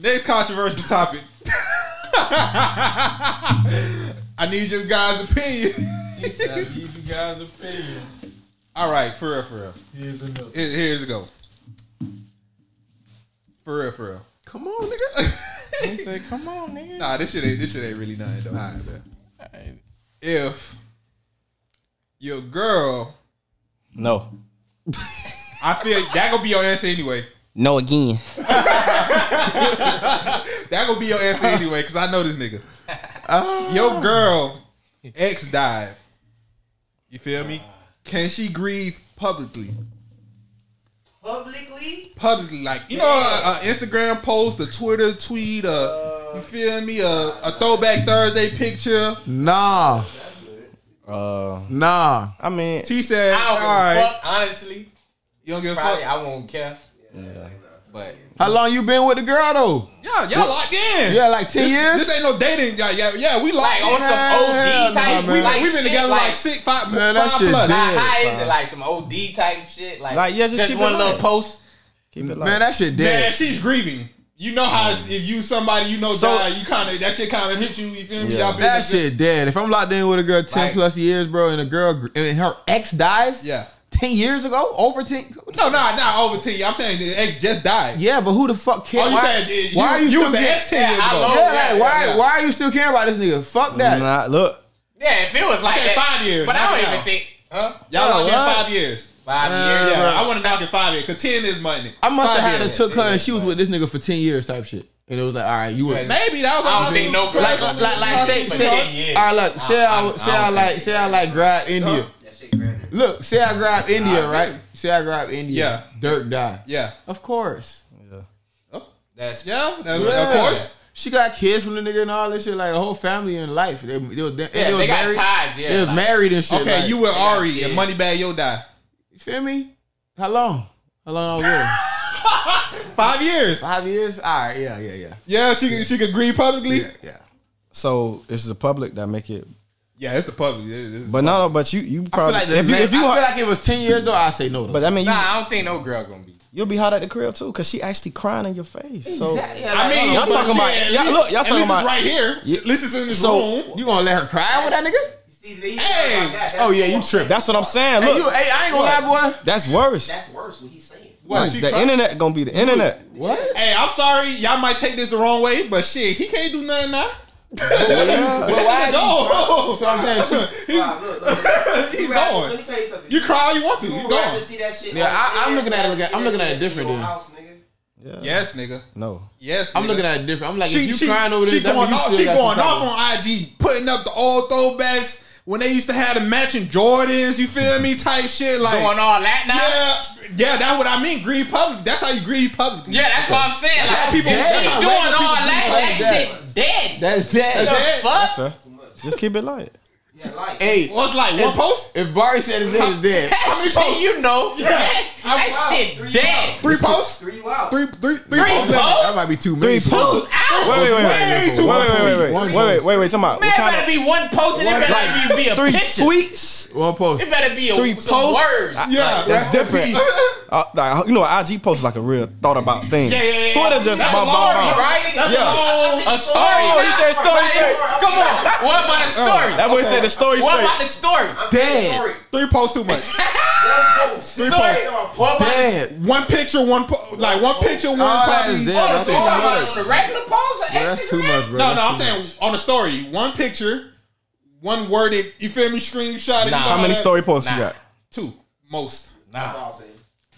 S1: Next controversial topic. I need your guys' opinion.
S3: Give you guys opinion.
S1: All right, for real, for real. Here- Here's a go. For real, for real.
S2: Come on, nigga.
S3: He said, "Come on, nigga."
S1: Nah, this shit ain't this shit ain't really nothing though.
S2: All right, bet.
S1: If your girl,
S4: No.
S1: I feel that gonna be your answer anyway.
S4: No again.
S1: That gonna be your answer anyway, cause I know this nigga. Ah. Your girl ex died. You feel me? Can she grieve publicly?
S5: Publicly?
S1: Publicly, like you know, an Instagram post, a Twitter tweet, a you feel me, a, a throwback Thursday picture.
S2: Nah,
S4: Uh,
S2: nah.
S4: I mean,
S1: Uh, She said,
S3: I
S1: "All
S3: don't give a
S1: right,
S3: fuck, honestly.
S1: You don't give a
S3: Probably
S1: fuck.
S3: I won't care.
S4: Yeah.
S3: But
S2: How long you been with the girl though?
S1: Yeah, y'all locked in.
S2: Yeah, like ten years.
S1: This ain't no dating. Yeah, yeah, yeah we
S3: like
S1: locked in.
S3: on some
S2: Hell
S3: OD
S2: nah,
S3: type,
S2: man.
S3: we like
S1: We've been
S3: shit,
S1: together like,
S3: like
S1: six, five,
S2: Man, that
S1: five
S2: shit
S1: plus.
S2: dead.
S3: How high is
S2: bro.
S3: it? Like some OD type shit? Like,
S4: Like, yeah, just keep it
S3: one little
S4: light.
S3: post.
S4: Keep it like
S2: Man, that shit
S1: Man,
S2: dead. Um,
S1: she's grieving. You know how it's- if you somebody you know
S4: So-
S1: die, you kind of that shit kind of hit you. You feel me?
S4: Yeah.
S1: Y'all been-
S2: That shit dead. If I'm locked in with a girl ten
S3: Like-
S2: plus years, bro, and a girl gr- and her ex dies,
S1: Yeah.
S2: ten years ago, over ten.
S1: No, no, not over to you. I'm saying the ex just died.
S2: Yeah, but who the fuck cares?
S1: Oh, you
S2: why,
S1: saying it-
S2: why
S1: you-
S2: are you,
S1: you
S2: still
S1: was the
S2: care-
S1: ex ten years
S3: Yeah, I
S1: ago?
S3: love-
S2: Yeah,
S3: Yeah,
S2: like why?
S1: yeah.
S2: Why are you still caring about this nigga? Fuck that.
S4: Nah, look.
S3: Yeah, if it was like
S1: Okay,
S3: that,
S1: five years,
S3: But
S1: not
S3: I don't
S1: now.
S3: even think, huh?
S1: Y'all
S2: Yeah,
S1: locked in
S2: what?
S1: five years.
S3: Five
S2: Uh,
S3: years.
S1: Yeah,
S2: Bruh.
S1: I want to knock in five years because ten is money.
S2: I must
S1: Five
S2: have had
S1: years.
S2: a took her and she was with this nigga for ten years type shit. And it was like, all right, you were
S3: Yeah,
S1: Maybe that was.
S3: I
S1: all
S3: don't think
S1: it
S3: no
S1: was.
S3: girl.
S2: like, like, like, like, say,
S3: For
S2: say,
S3: 10 years.
S2: all right, look, say I, say
S3: I- I don't
S2: I
S3: think
S2: like, say I like grab India.
S5: That shit crazy.
S2: Look, say I grab India,
S3: I
S2: right? Say I grab India.
S1: Yeah.
S2: Dirk die.
S1: Yeah,
S2: Of course.
S4: Yeah.
S3: That's
S1: yeah, of- of
S2: Yeah.
S1: course.
S2: She got kids from the nigga and all this shit, like a whole family in life. They, they, was- they,
S3: Yeah,
S2: they was
S3: they got
S2: married.
S3: ties, yeah,
S2: they was
S3: like-
S2: married and shit.
S1: Okay,
S2: like-
S1: you with
S3: got
S1: Ari and
S3: kids.
S1: Moneybag Yo die.
S2: you feel me? How long? How long I was with her?
S1: Five years.
S2: Five years? All right, yeah, yeah, yeah.
S1: Yeah, she could- she could agree publicly.
S2: Yeah, yeah.
S4: So it's the public that make it,
S1: Yeah, it's the public. It- it's-
S4: but no, no. But you, you
S2: I feel
S4: probably
S2: like, the
S4: if you,
S2: man-
S4: if you,
S2: I
S4: hot-
S2: feel like it was 10 years though, I say no though.
S4: but I mean, you,
S3: Nah, I don't think no girl gonna be.
S4: you'll be hot at the crib too, cause she actually crying in your face. So
S1: I mean,
S4: Y'all
S1: but
S4: talking about-
S1: shit, at
S4: y'all-
S1: least-
S4: look, y'all
S1: at
S4: talking
S1: least it's
S4: about-
S1: right here.
S4: Yeah.
S1: At least it's in this
S4: So-
S1: room.
S2: you gonna let her cry with that nigga?
S5: See, they-
S1: Hey!
S5: like that, that's
S2: Oh yeah, you
S5: worse.
S2: tripping.
S4: that's what I'm saying.
S2: Hey, you,
S4: Look,
S2: hey, I ain't gonna lie, boy.
S4: that's worse.
S5: That's worse what he's saying.
S1: What,
S4: Look,
S1: she
S4: the
S1: cry-
S4: internet gonna be the internet.
S2: What?
S1: Hey, I'm sorry, y'all might take this the wrong way, but shit, he can't do nothing now.
S4: Yeah.
S1: But
S2: why
S1: why go?
S2: So I'm saying, she,
S5: Wow, look, look, look.
S1: He's
S5: You rather-
S1: gone.
S5: Let me tell you something.
S1: You cry all you want to.
S5: You
S1: He's
S5: would
S1: gone.
S5: rather see that shit.
S2: Yeah,
S5: on
S2: I- I'm
S5: the
S2: looking at it
S5: internet
S2: like- I'm
S5: than
S2: looking at it
S5: see that shit in
S2: different
S5: your
S2: then.
S5: house, nigga.
S4: Yeah.
S1: Yes, nigga.
S4: No.
S1: Yes,
S2: I'm
S1: nigga.
S2: looking at it different. I'm like,
S1: She,
S2: if you
S1: she,
S2: crying over this,
S1: she
S2: that mean
S1: going
S2: you
S1: off.
S2: still
S1: She
S2: got
S1: going
S2: some
S1: off
S2: problems.
S1: on IG, putting up the old throwbacks when they used to have the matching Jordans. You feel me? Type shit like.
S3: Doing all that now?
S1: yeah, yeah, that's what I mean. Greed public. That's how you greed publicly.
S3: Yeah, that's what I'm saying.
S1: That's how
S3: Like,
S1: people-
S3: she's
S1: that's how
S3: doing all
S1: regular people
S3: that.
S2: do
S3: That
S2: like
S3: shit dead.
S2: That's that.
S1: Dead.
S3: The fuck?
S4: Fair.
S5: Too much.
S4: Just keep it light.
S5: Yeah, like.
S2: Hey,
S1: Well, it's like one post,
S2: if Barry said his nigga's dead,
S3: That shit, you know, that,
S1: I'm
S3: that
S5: wild.
S3: shit
S5: Three
S3: dead.
S1: three posts,
S5: Three wild.
S1: three, three, three
S3: Three
S1: posts.
S3: posts?
S2: that might be too many.
S4: Three
S3: Two
S4: posts.
S3: hours.
S4: Wait, wait, wait,
S1: Way
S4: wait, wait,
S1: too much
S4: wait, wait, wait,
S2: One
S4: wait, wait, wait, wait. Talking about
S3: Man, it
S4: what kind
S3: better
S4: of
S3: be one post and it
S2: One-
S3: better
S2: like,
S3: be, be a
S4: three
S3: picture.
S4: tweets?
S2: One post.
S3: It better be a,
S4: Three
S3: some
S4: posts? Ah,
S3: words.
S4: I-
S1: Yeah,
S4: That's different. Uh, like, you know, IG posts like a real thought about thing.
S1: Yeah, yeah, yeah.
S4: Twitter just
S1: That's
S4: bum, bum,
S1: large,
S4: bum.
S3: right?
S1: That's
S4: Yeah.
S1: long.
S3: a story.
S4: Oh, he said story straight.
S3: Come on. What about a story?
S4: That boy said the story
S3: what
S4: straight.
S3: about the story?
S2: Dead.
S5: Sorry.
S1: Three posts too much.
S5: Three
S3: What about
S2: Dead.
S1: One picture, one po- like one picture, one
S2: Oh, that
S1: probably.
S2: is dead.
S3: Oh,
S2: That's
S3: you
S2: too
S3: talking
S2: much.
S3: about on the regular post or
S2: Bro, That's too
S3: Instagram?
S2: much,
S1: No,
S2: bro. That's
S1: no, I'm
S2: too
S1: saying
S2: much.
S1: on a story, one picture, one worded. You feel me? Screenshot. it, you
S3: Nah.
S1: know
S4: How many
S1: that?
S4: story posts you
S3: Nah.
S4: got?
S1: Two most.
S3: Nah.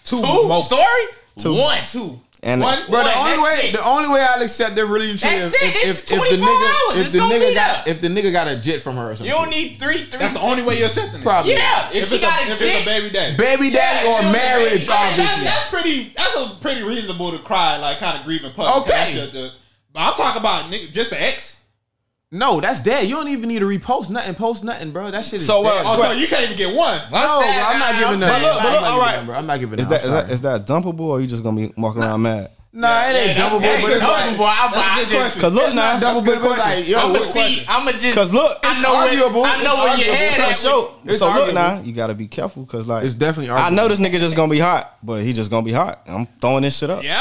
S1: Two,
S3: Two
S1: most.
S3: story?
S4: Two.
S3: One.
S1: Two.
S4: And
S1: One.
S2: Bro, the
S3: Boy,
S2: only
S3: that's
S2: way
S3: it.
S2: the only way I'll accept that really true
S3: That's
S2: if,
S3: it. It's
S2: if, if, if the
S3: 24
S2: nigga
S3: hours.
S2: if
S3: It's
S2: the
S3: gonna
S2: nigga
S3: be
S2: got
S3: that.
S2: if the nigga got a jet from her or
S3: You
S2: something.
S3: don't need three, three.
S1: That's the only way you're accepting it.
S2: Probably.
S3: Yeah, if,
S1: If
S3: she
S1: it's, a,
S3: got a
S1: if it's a
S3: kid.
S1: baby daddy.
S2: Baby daddy
S3: Yeah,
S2: or
S3: if it was a
S2: marriage,
S3: baby daddy,
S1: That-
S2: obviously.
S1: that's pretty. That's a pretty reasonable to cry like kind of grieving public.
S2: Okay.
S1: That shit, the- but I'm talking about nigga, just the ex.
S2: No, that's dead. You don't even need to repost nothing, post nothing, bro. That shit is
S4: So, uh,
S2: dead.
S1: Oh,
S4: Right.
S1: so you can't even get one.
S3: I'm
S2: No,
S3: saying,
S2: Oh, I'm not
S3: nah,
S2: giving
S3: I'm
S2: that.
S3: saying,
S4: But look,
S3: like,
S4: but look, alright.
S2: I'm not giving
S4: is
S2: that.
S4: that, is that is that dumpable or you just gonna be walking around mad?
S2: Nah, it ain't
S1: Yeah,
S2: double,
S1: that's-
S2: but it's
S1: that's
S2: like
S3: Boy, I'm,
S1: That's a
S3: I
S1: good
S3: just,
S1: question.
S4: Cause look now,
S2: double, but it's like yo,
S3: I'ma
S2: what-
S3: see. I'ma just.
S4: cause look,
S3: I know where-
S2: arguable.
S3: I know where
S2: It's
S3: your head
S2: arguable.
S3: at.
S4: so
S2: It's
S4: so look
S2: arguable.
S4: now, you gotta be careful cause like
S2: It's definitely
S4: I
S2: arguable.
S4: know this nigga just gonna be hot, but he just gonna be hot. I'm throwing this shit up.
S1: Yeah,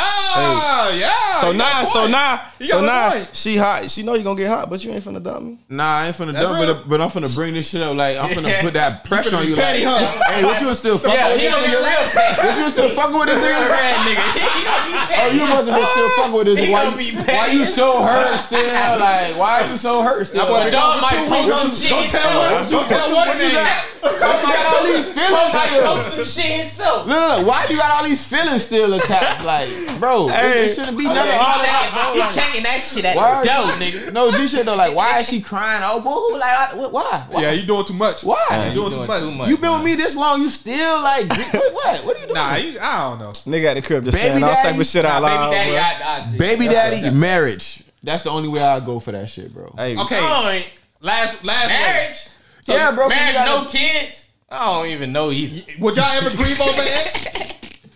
S1: yeah.
S4: So
S1: you got
S4: nah,
S1: a
S4: so
S1: point.
S4: nah,
S1: You
S4: so
S1: got a
S4: nah,
S1: point.
S4: she hot. She know you gonna get hot, but you ain't finna dump me.
S2: Nah, I ain't finna
S1: That's
S2: dump, but,
S1: real.
S2: but I'm finna bring this shit up. Like I'm finna
S3: Yeah.
S2: put that pressure
S1: finna
S2: on
S1: be
S2: you. Like,
S1: petty, huh?
S2: hey, what you still fucking
S3: Yeah,
S2: with
S3: he
S2: this
S3: gonna be
S2: nigga?
S3: real petty.
S2: What you still fucking with this nigga?
S3: He gonna be
S2: Oh, you
S3: petty.
S2: must have been still fucking with this.
S3: He
S2: Why,
S3: gonna
S2: you-
S3: be
S2: why
S3: petty.
S2: you so hurt still? Like, why are you so hurt still?
S1: boy
S2: Like,
S1: been
S3: Dog
S1: Two
S3: might
S1: weeks.
S3: post some shit
S1: Don't tell one. Don't
S3: himself.
S1: tell one.
S2: you got,
S3: Dog
S2: you
S3: might
S2: got all
S3: post-
S2: these feelings
S3: Dog might
S2: still.
S3: post some shit himself.
S2: Look, why do you got all these feelings still attached? Like, bro,
S4: Hey.
S2: it, it shouldn't be nothing.
S3: Yeah,
S2: all
S3: he,
S2: that.
S3: checking, he checking that shit at
S2: Why?
S3: the door, nigga.
S2: No, G shit though. Like, why is she crying? Oh, boo! Like, I, wh- why? Why?
S1: Yeah, you doing too much.
S2: Why?
S1: You doing too much.
S2: You been with me this long, you still like what? What, what are you doing?
S1: Nah, you, I don't know.
S4: Nigga at the crib just
S2: Baby
S4: saying all type
S2: daddy?
S4: of shit
S3: Nah,
S4: out loud.
S3: baby daddy,
S4: bruh.
S3: I, I see.
S2: Baby daddy, marriage. That's the only way I go for that shit, bro.
S4: Hey,
S1: Okay,
S3: Hey.
S1: last last
S3: Marriage?
S2: yeah, bro.
S3: Marriage,
S2: you gotta-
S3: no kids? I don't even know either.
S1: one. Would y'all ever grieve over ex?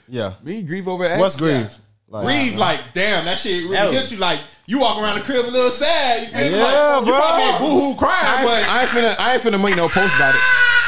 S4: Yeah.
S2: Me grieve over ex.
S4: What's grieve? Like,
S1: Grieve like damn that shit
S3: That
S1: really
S3: was-
S1: hit you like you walk around the crib a little sad you feel me?
S4: Yeah,
S1: like, you
S4: bro.
S1: probably ain't boo hoo
S2: I
S1: crying
S2: ain't,
S1: but
S2: I ain't finna. I ain't finna make no post about it.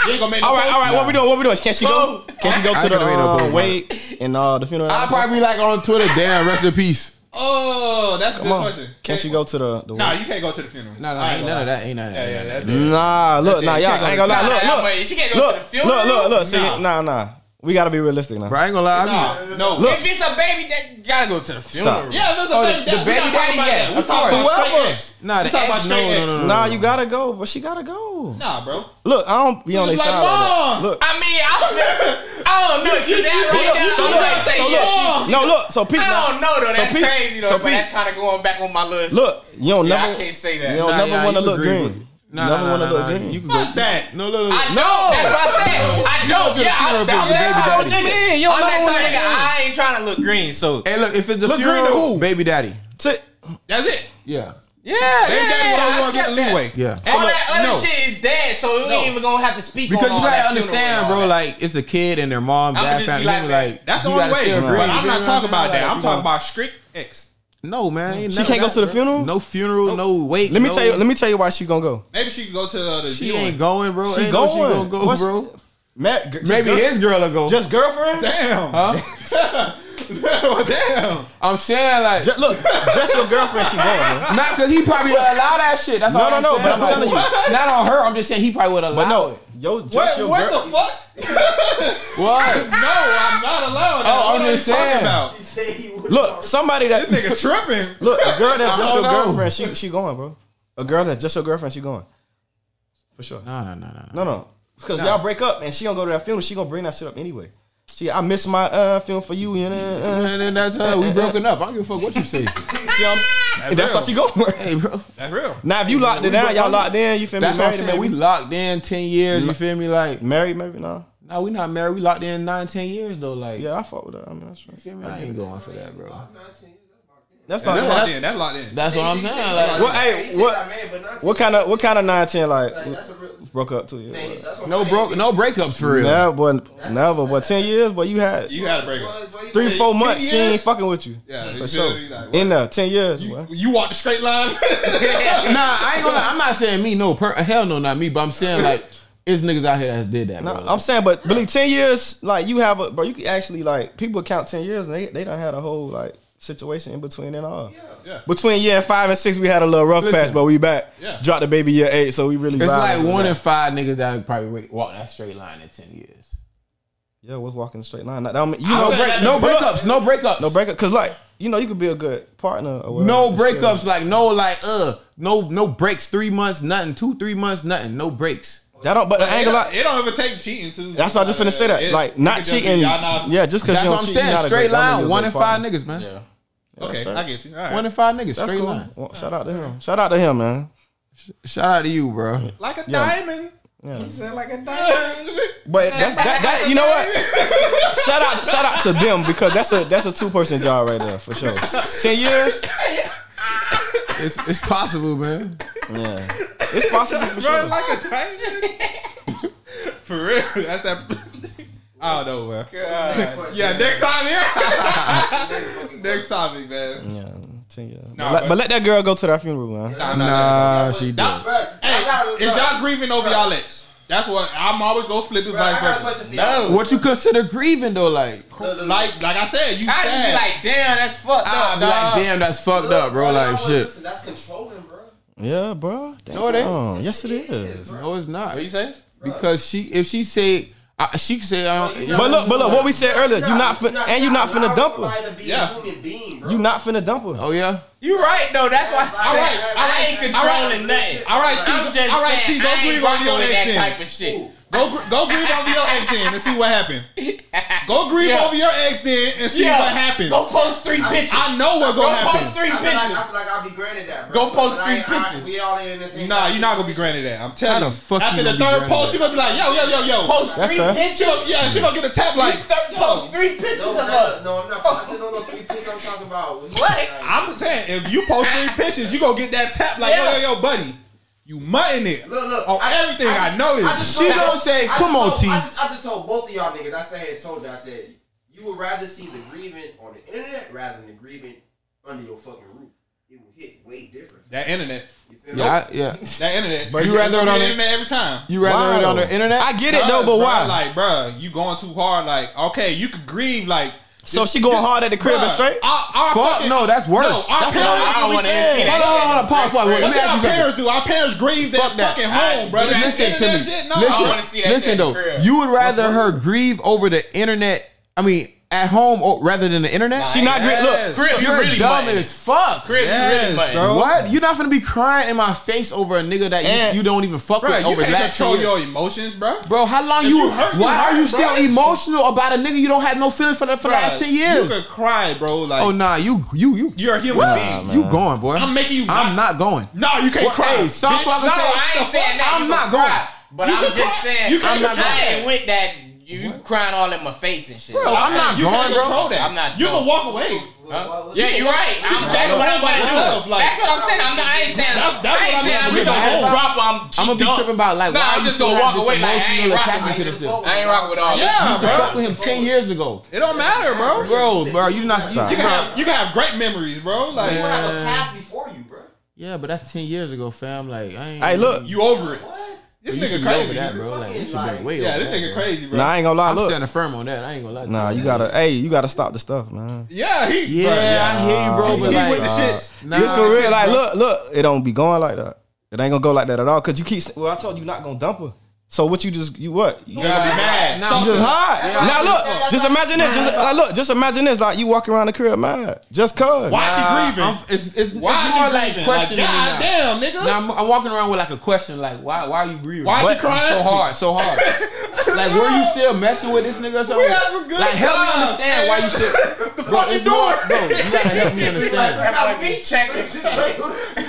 S1: you ain't gonna make no
S4: All right,
S1: post.
S4: all right. What we doing? What we doing? Can she go? Can she go
S2: I
S4: to
S2: ain't
S4: the
S2: finna make no
S4: uh,
S2: bull,
S4: wake and uh, the funeral?
S2: I'll probably be like on Twitter. Damn, rest in peace.
S1: oh that's a
S4: Come
S1: good
S4: on.
S1: question
S4: Can she go to the? the
S1: nah you can't go to the funeral
S2: No, no,
S1: I
S2: ain't none of that. Ain't none of
S1: yeah yeah
S2: that.
S1: that's
S4: wake? Nah, look, nah, y'all. I ain't gonna lie. Look,
S3: Nah,
S4: look,
S3: wait, she can't go to the
S4: look,
S3: funeral.
S4: look, look, look. See,
S1: Nah.
S4: nah, nah. We gotta be realistic now.
S2: Bro, I ain't gonna lie. I be,
S1: Nah, no
S4: Look.
S3: If it's a baby, that gotta go to the funeral.
S4: Stop.
S1: yeah there's a
S2: Oh,
S1: baby
S2: the
S1: dad. We
S2: baby
S1: not
S2: daddy,
S1: talking about
S2: yeah,
S1: that. we talking
S2: of
S4: course.
S1: about straight
S4: Whoever.
S1: ex
S2: Nah,
S1: we
S2: the
S1: talking
S2: ex,
S1: about straight
S2: no, no,
S1: ex
S2: no, no.
S4: Nah, you gotta go, but she gotta go.
S1: nah bro
S4: Look, I don't be on
S1: You like,
S4: their side. Like that.
S1: Mom,
S4: Look,
S3: I mean, I feel, I don't know.
S1: You-
S3: See that
S1: you-
S3: right
S1: you-
S3: now,
S1: so
S3: I'm
S1: look,
S3: gonna say
S1: so look,
S3: yes.
S1: she-
S4: no, look. So Pete,
S3: I don't know though.
S4: So
S3: That's
S4: Pete-
S3: crazy though.
S4: so
S3: but
S4: Pete-
S3: that's kind of going back on my list.
S4: look, you don't
S3: yeah,
S4: never.
S3: I can't say
S4: You
S3: that.
S4: don't
S2: Nah,
S4: never
S2: yeah,
S4: want to
S2: you
S4: look
S2: agree with
S4: green.
S2: me.
S4: You
S2: Nah,
S4: never
S2: nah,
S4: want to
S2: nah,
S4: look
S2: nah.
S4: green.
S2: You can
S1: fuck
S2: go.
S1: that
S2: No, look, look,
S3: I
S2: look.
S3: don't. That's what I said. I don't.
S2: You
S3: Yeah,
S2: don't feel
S3: I'm, I'm
S2: the
S3: that
S2: funeral
S3: type
S2: if
S3: of
S2: it's your baby
S4: daddy.
S3: nigga.
S4: You don't
S3: I'm
S4: know
S3: that
S4: who
S3: type of
S4: it
S3: nigga.
S4: is.
S3: I ain't trying to look green. So
S2: Hey, look, if it's the
S1: Look green to
S2: funeral,
S1: who?
S2: baby daddy.
S4: Sit.
S1: that's it
S2: Yeah.
S3: yeah, yeah,
S1: baby daddy so you
S3: yeah,
S1: gonna get the leeway
S2: Yeah.
S3: All that other
S1: no.
S3: shit is dead, so we
S1: No.
S3: ain't even gonna have to speak
S2: Because
S3: on all
S2: you gotta
S3: that funeral and
S2: understand,
S3: all
S2: bro.
S3: that.
S2: Like it's a kid and their mom,
S3: I'ma
S2: dad,
S3: just
S2: family.
S3: be like,
S2: Like,
S3: man,
S1: that's the
S2: you
S1: only
S2: gotta
S1: way
S2: still agree,
S1: but I'm
S2: you
S1: not
S2: know
S1: talking
S2: what
S1: about that
S2: Like,
S1: I'm
S2: you
S1: talking
S2: gonna-
S1: about strict ex
S2: No man, ain't
S4: She
S2: none of
S4: can't go
S2: that,
S4: to the
S2: bro.
S4: funeral?
S2: No funeral, no wake.
S4: Let me
S2: no-
S4: tell you. Let me tell you why she gonna go.
S1: maybe she could go to uh, the
S2: She
S1: viewing.
S2: ain't going, bro.
S4: She
S2: Ain't no
S4: going.
S2: She gonna go,
S4: What's-
S2: bro.
S4: Matt, g- just
S2: Maybe
S4: girl-
S2: his girl will go.
S4: just girlfriend.
S1: damn huh damn
S2: I'm saying like
S4: Ju- look, just your girlfriend. She going. Man.
S2: not because he probably would allow that shit. That's
S4: No,
S2: all
S4: no,
S2: I'm
S4: no,
S2: saying.
S4: but I'm
S2: Like,
S4: telling you.
S2: not on her. I'm just saying he probably would allow.
S4: But no,
S2: it.
S4: yo, just
S1: what,
S4: your
S1: what
S4: girl.
S1: the fuck
S2: what?
S1: No, I'm not allowed. That's
S2: Oh, I'm
S1: what I'm
S2: just
S1: talking
S2: saying.
S1: about.
S5: He said he was.
S4: look, somebody that
S1: This nigga tripping.
S4: look a girl that's just
S2: I
S4: your
S2: don't know.
S4: girlfriend. She she going, bro. A girl that's just your girlfriend. She going. For sure.
S2: No, no, no, no.
S4: No, no. Because y'all break up and she gonna go to that funeral. She gonna bring that shit up anyway. She, I miss my uh film for you. You know. Uh,
S2: And then that's her. We broken up. I don't give a fuck what you say.
S4: see what I'm saying? that's why she going.
S2: hey, bro.
S1: That's real.
S4: Now if you locked it down, y'all locked in. You feel me?
S2: That's what I'm
S4: married,
S2: saying. We
S4: maybe?
S2: locked in ten years. You feel me? Like,
S4: married, maybe nah.
S2: no, we not married. We locked in nine, ten years though. Like,
S4: Yeah, I fuck with that. I mean, that's right.
S2: feel me? I ain't going for that, bro.
S4: That's not.
S1: That's locked
S4: That's,
S1: in. That's locked in.
S2: That's what I'm saying. Like,
S4: what? Hey, what? What kind of what kind of nine ten like
S5: That's a real.
S4: broke up two years?
S2: no broke, no breakups for real.
S4: Never, but never, but ten years, but you had
S1: you had to break up.
S4: three, four months. She ain't
S1: years?
S4: fucking with you.
S1: Yeah,
S4: for
S1: you
S4: sure.
S1: feel me? Like,
S4: In there, ten years. boy.
S1: You, you walked the straight line.
S2: Nah, I ain't gonna. Lie. I'm not saying me. No, per, hell no, not me. But I'm saying like, it's niggas out here that did that.
S4: No,
S2: bro.
S4: I'm saying, but believe ten years, like you have a bro, you can actually like people count ten years and they they done had a whole like situation in between and all.
S1: Yeah.
S4: Between year five and six, we had a little rough
S2: Listen.
S4: pass, but we back.
S1: Yeah.
S4: Dropped the baby year eight, so we really.
S2: It's
S4: vibing
S2: like
S4: with
S2: one
S4: that.
S2: in five niggas that probably wa- walk that straight line in ten years.
S4: yeah, was walking the straight line. That don't mean- you
S1: I
S4: know,
S1: said
S4: break,
S1: that
S2: No
S1: to Brooke.
S2: breakups. No breakups.
S4: no breakup, cause like you know you could be a good partner. Or whatever,
S2: No
S4: and still-
S2: breakups. Like no, like uh, no, no breaks. Three months, nothing. Two, three months, nothing. No breaks.
S4: That don't, but, I
S1: It
S4: ain't gonna
S1: don't,
S4: lie.
S1: it don't even take cheating to.
S4: That's what I just finna say that.
S1: It-
S4: like
S1: it
S4: not
S1: could just be
S4: cheating.
S1: y'all not-
S4: yeah, just cause
S2: That's
S4: you don't
S2: what I'm
S4: cheat,
S2: saying.
S4: you're not a
S2: Straight
S4: great- don't mean
S2: line.
S4: you're a
S2: One
S4: great
S2: in five
S4: partner.
S2: niggas, man.
S3: Yeah.
S1: Okay,
S4: straight.
S1: I get you. All right.
S2: One in five niggas.
S4: That's
S2: straight
S4: cool.
S2: line.
S4: Well, shout out to him. Shout out to him, man.
S2: Shout out to you, bro.
S1: like a
S4: Yeah.
S1: diamond.
S4: Yeah.
S1: Said like a diamond.
S4: But that's that, that you know what? shout out shout out to them because that's a that's a two person job right there for sure. Ten years?
S2: It's it's possible, man.
S4: Yeah. It's possible for sure.
S1: like a diamond. For real, that's that. I don't know, man. Yeah, next topic. next topic, man.
S4: Yeah. Ten years.
S1: Nah,
S4: but, let,
S1: but-
S4: but let that girl go to that funeral, man.
S1: Nah, nah, nah.
S2: Nah, she did.
S1: Nah, Hey, is y'all grieving over y'all ex? That's what I'm always gonna flip it
S5: I
S1: vice
S5: got a
S1: versa.
S5: question for y'all.
S1: No,
S2: What you consider grieving though? Like,
S1: like like I said, you
S3: I just be
S1: sad.
S3: like, damn, that's fucked
S2: I'll
S3: up,
S2: be
S3: dog.
S2: like, damn, that's fucked up, bro. Like, shit.
S5: Listen, that's controlling, bro.
S4: Yeah, bro. Damn.
S2: it ain't.
S4: yes it is.
S2: No, it's not.
S3: What you say?
S2: Because she, if she said, I, she could say, I don't.
S4: But look, but look, what we said earlier, you not fin- and you not finna dump her.
S1: Yeah.
S5: Yeah. Human being, bro.
S4: You not finna dump her.
S2: Oh yeah.
S3: You right though. That's why I
S5: All
S3: said
S5: right, all
S3: I
S5: right,
S3: ain't
S5: all right.
S3: controlling nothing.
S1: all right, T,
S3: I'm just
S1: all right, T,
S3: saying,
S1: go
S3: I
S1: grieve
S3: ain't
S1: over your
S3: rocking with
S1: ex
S3: that
S1: then.
S3: type of shit.
S1: Go gr- go grieve over your ex then and see what happened. Go grieve
S3: Yeah.
S1: over your ex then and see
S3: Yeah.
S1: what happens.
S3: Go post three pictures.
S1: I know what's
S3: Go
S1: gonna
S3: post
S1: happen.
S3: three
S5: I feel, like, I
S3: pictures.
S5: feel like I'll be granted that,
S3: Go
S5: bro.
S3: post
S5: But I
S3: three
S5: ain't- I-
S3: pictures.
S5: We all in the same.
S1: Nah, you're not gonna be granted that. I'm telling
S2: How
S1: you.
S2: the fuck
S1: After
S2: you
S1: the
S2: gonna be
S1: third
S2: granted
S1: post, she
S2: that?
S1: gonna be like, yo, yo, yo, yo.
S3: Post
S4: That's
S3: three
S4: fair.
S1: She
S3: pictures.
S1: gonna, yeah, she gonna get a tap like.
S3: Thir- Post three pictures
S5: No,
S3: of her.
S5: no, no, I'm not. I said no, no. Three pictures. I'm talking about.
S3: What?
S5: Mm-hmm.
S1: I'm saying, if you post three pictures, you gonna get that tap like,
S3: Yeah.
S1: yo, yo, yo, buddy, you mutting it
S5: Look, look.
S1: on everything I,
S5: just-
S1: noticed.
S5: just
S2: She
S5: told-
S2: gonna say,
S5: I just
S2: "Come on,
S5: told-
S2: T."
S5: I just, I just told both of y'all niggas. I said, told you, I said, you You would rather see the grievance on the internet rather than the grievance under your fucking roof. It will hit way different.
S1: That internet.
S5: You feel me?
S2: Yeah, I, yeah.
S1: That internet.
S2: But you rather it
S1: on
S2: on
S1: the
S2: the-
S1: internet every time.
S2: You rather
S4: Why
S2: it on
S4: though?
S2: the internet?
S3: I get it
S1: Bruh,
S3: though, but
S1: bruh,
S3: why?
S1: Like, bruh, you going too hard. Like, okay, you could grieve. Like,
S4: So she going hard at the crib and
S1: bruh,
S4: straight?
S1: Our, our
S2: Fuck
S1: fucking-
S2: no, that's worse.
S1: No, our
S4: That's what
S1: parents.
S4: I don't want to
S3: saying.
S2: Hold on, hold on, pause, pause. Wait,
S1: What
S2: Let me
S1: did our
S2: ask you something.
S1: parents do? Our parents grieve that,
S2: that.
S1: fucking home, brother. That
S2: Listen
S1: internet
S2: to me.
S1: Shit? No,
S2: listen,
S1: I wanna
S3: see that
S2: listen
S3: shit
S2: though.
S3: in the crib.
S2: You would rather her grieve over the internet. I mean, at home or, rather than the internet.
S4: She not great.
S1: Yes.
S4: Look,
S3: Crib, you
S2: You're
S3: really
S2: dumb
S3: button.
S2: as fuck.
S3: Crib, you
S1: Yes,
S3: really button.
S1: bro.
S2: What? You're not gonna be crying in my face over a nigga that
S4: And-
S2: you, you don't even fuck
S1: Bruh,
S2: with
S1: you
S2: over
S1: can't
S2: that
S1: control
S2: shit.
S1: your emotions, bro.
S2: Bro, how long
S1: If
S2: you?
S1: you hurt, you
S2: why
S1: hurt,
S2: are you
S1: bro.
S2: still emotional about a nigga you don't have no feelings for the, for the last ten
S1: you could
S2: years?
S1: cry, bro. Like,
S2: Oh nah, you you you
S1: you're a human being.
S2: you going, boy?
S1: I'm making you.
S2: I'm not going.
S1: No, you can't
S2: Well,
S1: cry.
S2: hey, stop
S1: bitch.
S2: fucking
S1: No,
S2: saying-
S1: I-
S6: I ain't saying that.
S2: I'm
S6: you
S2: not
S6: can
S2: going.
S6: Cry, but
S1: You
S6: I'm
S1: can
S6: just
S1: cry.
S6: saying,
S1: You can
S6: I'm not
S1: cry.
S6: I ain't with that. You you crying all in my face and shit.
S2: Bro, I'm not
S1: you
S2: going,
S1: can't control
S2: bro.
S1: that.
S6: I'm not
S1: You
S6: going.
S1: can walk away.
S6: Huh? Yeah, you're right. I'm, that's
S1: go
S6: what I'm
S1: home
S6: about
S1: by
S6: to
S1: yourself,
S6: do.
S1: like-
S6: that's what I'm saying. I'm not, I ain't saying.
S1: That's- that's
S6: I ain't
S1: what I'm
S6: saying
S1: gonna
S6: I'm
S1: do.
S6: just gonna
S1: That's-
S6: drop. um, I'm.
S2: I'm gonna be
S6: dumb.
S2: tripping about like
S6: Nah,
S2: why
S6: I'm
S2: you
S6: just
S2: still
S6: gonna
S2: have
S6: walk
S2: this
S6: away. Like I ain't
S2: emotional
S6: rocking.
S2: attachment
S6: with-
S2: to this shit.
S6: I ain't rocking with all that.
S1: Yeah,
S2: used to fuck
S1: bro.
S2: with him ten years ago.
S1: It don't matter, bro.
S2: Bro, bro, you not.
S1: You
S2: You,
S1: can have you can have great memories, bro. Like
S5: You have a pass before you, bro.
S2: yeah, but that's ten years ago, fam. Like, I ain't.
S4: Hey, look.
S1: you over it.
S5: What?
S1: This
S2: You should
S1: nigga
S2: be over
S1: crazy.
S2: that,
S1: bro.
S2: bro. Like, you should
S5: Like,
S2: be way
S1: Yeah,
S2: over
S1: this
S2: that,
S1: nigga
S2: bro.
S1: crazy, bro.
S4: Nah, I ain't gonna lie.
S2: I'm
S4: Look,
S2: standing firm on that. I ain't gonna lie. to
S4: nah, you gotta. Hey, you gotta stop the stuff, man.
S1: Yeah, he.
S2: Yeah,
S1: bruh,
S2: I hear you, bro.
S4: Nah,
S2: But
S1: He's
S2: like,
S1: with the
S4: uh,
S1: shits.
S2: nah,
S4: This for real. Like,
S1: bro.
S4: look, look. It don't be going like that. It ain't gonna go like that at all. Cause you keep. Well, I told you not gonna dump her. So what you just you what? You
S1: You gotta be mad.
S2: Nah,
S1: Salsa.
S4: You just hot. Now
S5: That's
S4: look, just
S5: like-
S4: imagine this. Just, like, look, just imagine this. Like you walk around the crib mad, just cause.
S1: Why she
S2: I'm,
S1: grieving?
S2: it's, it's,
S1: Why
S2: it's more like
S1: she grieving? Like,
S2: questioning. me
S1: God
S2: now.
S1: damn, nigga.
S2: Now I'm, I'm walking around with like a question, like why? Why are you grieving?
S1: Why
S2: What?
S1: she crying?
S2: so hard? So hard. like, were you still messing with this nigga or
S1: We
S2: something?
S1: having a good
S2: like, help
S1: time,
S2: me understand why you still. bro,
S1: fuck you
S2: it's more,
S1: doing?
S2: bro, you gotta help me
S5: Like,
S2: understand.
S5: like, me check it. She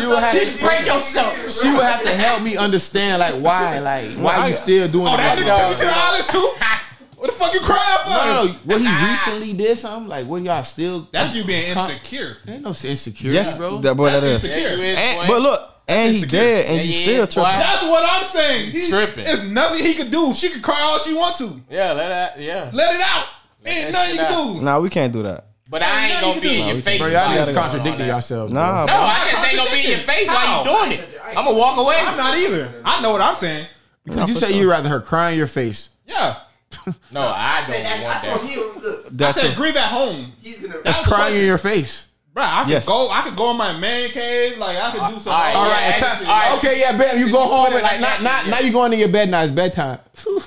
S2: She would have to,
S6: Break yourself.
S2: she would have to help me understand, like why, like why
S4: I-
S2: you still doing
S1: Oh,
S2: it
S1: that
S2: like
S1: nigga
S2: that?
S1: took you to the island too. What the fuck you crying for?
S2: No, no, no. What he recently did something like what y'all still?
S1: That's you being insecure.
S2: Ain't no insecurity,
S4: Yes,
S2: bro.
S4: that boy. That
S1: That's
S4: is.
S1: insecure.
S4: And- but look, and he
S1: insecure.
S4: dead, and you
S6: Yeah,
S4: still
S6: yeah,
S4: tripping.
S6: why?
S1: That's what I'm saying. He,
S6: Tripping.
S1: There's nothing he could do. She could cry all she want to.
S6: Yeah, let that. Yeah,
S1: Let it out.
S6: that
S1: Ain't nothing you
S6: shit
S1: can do.
S4: Nah, we can't do that.
S6: but I ain't
S1: nothing
S6: gonna
S1: you
S6: be
S1: can
S6: in
S1: do.
S6: your face.
S2: Bro,
S6: while
S2: y'all
S6: you
S2: niggas
S6: doing all
S2: contradicting
S6: that.
S2: yourselves.
S4: Nah,
S6: No, I just ain't gonna be in your face while you doing it. I'm gonna walk away.
S1: I'm not either. I know what I'm saying.
S2: bro. Did you
S4: for
S2: say
S4: sure.
S2: you'd rather her cry in your face?
S1: Yeah.
S6: No, I don't want
S5: I told
S6: that.
S5: him, look,
S1: I
S4: that's
S1: said
S4: it.
S1: grieve at home.
S5: he's gonna.
S2: That's crying in your face.
S1: Bro, I could
S4: Yes.
S1: go. I could go in my man cave. Like I could do something.
S6: All right.
S2: All right, it's
S6: Yeah,
S2: time.
S6: all right.
S2: Okay, yeah, bam. You
S6: Since
S2: go
S6: you put
S2: home
S6: it
S2: and
S6: like
S2: not,
S6: that,
S2: not,
S6: yeah.
S2: now you going to your bed. Now it's bedtime. all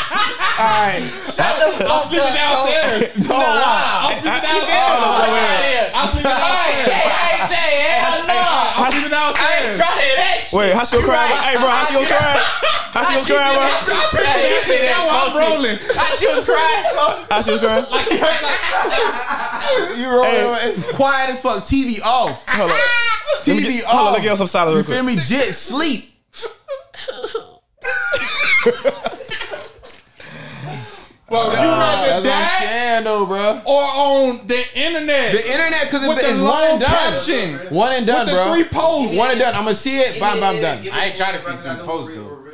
S2: right.
S6: Shut the
S1: I'm
S6: fuck up.
S1: sleeping
S6: dog.
S1: downstairs.
S2: No, wow.
S1: I'm sleeping
S6: Oh,
S1: downstairs.
S6: yeah.
S1: I'm sleeping downstairs.
S6: Hey, hey, Jay, hell no.
S1: I'm sleeping
S6: I ain't
S1: downstairs.
S6: trying to hear that shit.
S4: Wait, how she gonna cry?
S6: Right.
S4: Hey, bro, how she gonna cry? How she gonna cry, bro?
S1: I picture that shit now while I'm rolling.
S6: I she was crying.
S4: How she gonna cry?
S1: Like she hurt. Like
S2: You roll It's quiet as fuck. TV off.
S4: Hold on. Let me
S2: TV
S4: get-
S2: off.
S4: Hold on, let me get some silence
S2: You feel
S4: real quick.
S2: me? Jit, sleep.
S1: well, you rather
S2: That's what I'm
S1: that
S2: saying, though, bro.
S1: or on the internet.
S2: The internet, because
S1: With
S2: it's
S1: the
S2: one
S1: long
S2: and done.
S1: caption.
S2: One and done,
S1: With the
S2: bro.
S1: three posts.
S2: One and done. I'm going to see it. Bam, bam, done.
S6: I ain't trying to see through post,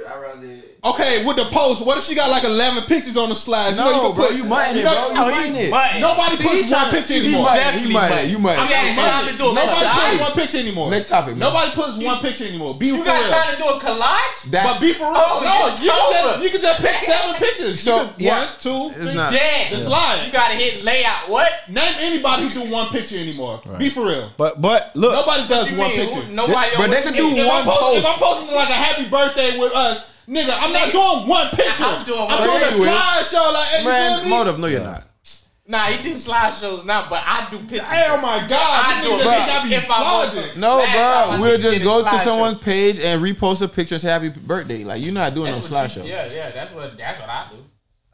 S5: I rather.
S1: Okay, with the post, what if she got like eleven pictures on the slides?
S2: No,
S1: you
S2: bro, you mutting it, bro. You
S1: know-
S2: mutting it.
S6: But
S1: Nobody
S2: See, he
S1: puts one
S2: tryna-
S1: picture
S2: He
S1: anymore.
S2: might. He might. You might.
S6: I'm not trying to do a
S1: Nobody
S6: collage.
S1: puts one picture anymore.
S2: Next topic, man.
S1: Nobody puts one picture anymore. Be
S6: You
S1: real.
S6: got time to do a collage?
S2: That's,
S1: But be for real.
S6: Oh,
S1: no,
S6: it's
S1: you can, just,
S6: over.
S1: you can just pick seven pictures.
S2: So,
S1: You can-
S2: yeah.
S1: one, two,
S2: It's
S1: three.
S2: not.
S6: Dead.
S1: The slide.
S6: You gotta hit layout. What?
S1: Name anybody who do one picture anymore. Be for real.
S4: But but look,
S1: Nobody does
S6: You
S1: one
S6: mean,
S1: picture.
S6: who- Nobody.
S2: But
S6: don't-
S2: they can do
S1: if,
S2: one
S1: I'm posting, if
S2: post.
S1: I'm posting like a happy birthday with us, nigga, I'm not
S6: Nigga.
S1: doing one picture.
S6: I'm doing one
S1: I'm doing
S2: picture.
S1: a slideshow like, hey, you feel
S2: Man,
S1: me?
S2: motive. No, you're not.
S6: Nah, he do slideshows now, but I do pictures.
S1: Oh my god,
S6: I do
S1: you
S6: it
S1: niggas ain't gotta be
S6: if I want
S1: flogging.
S6: to.
S2: No,
S6: Last time I
S2: bro. We'll
S6: did
S2: just
S6: a
S2: go to
S6: slideshow.
S2: someone's page and repost a picture and say happy birthday. Like you're not doing
S6: That's
S2: no
S6: what you-
S2: slideshow.
S6: Yeah, yeah, that's what that's what I do.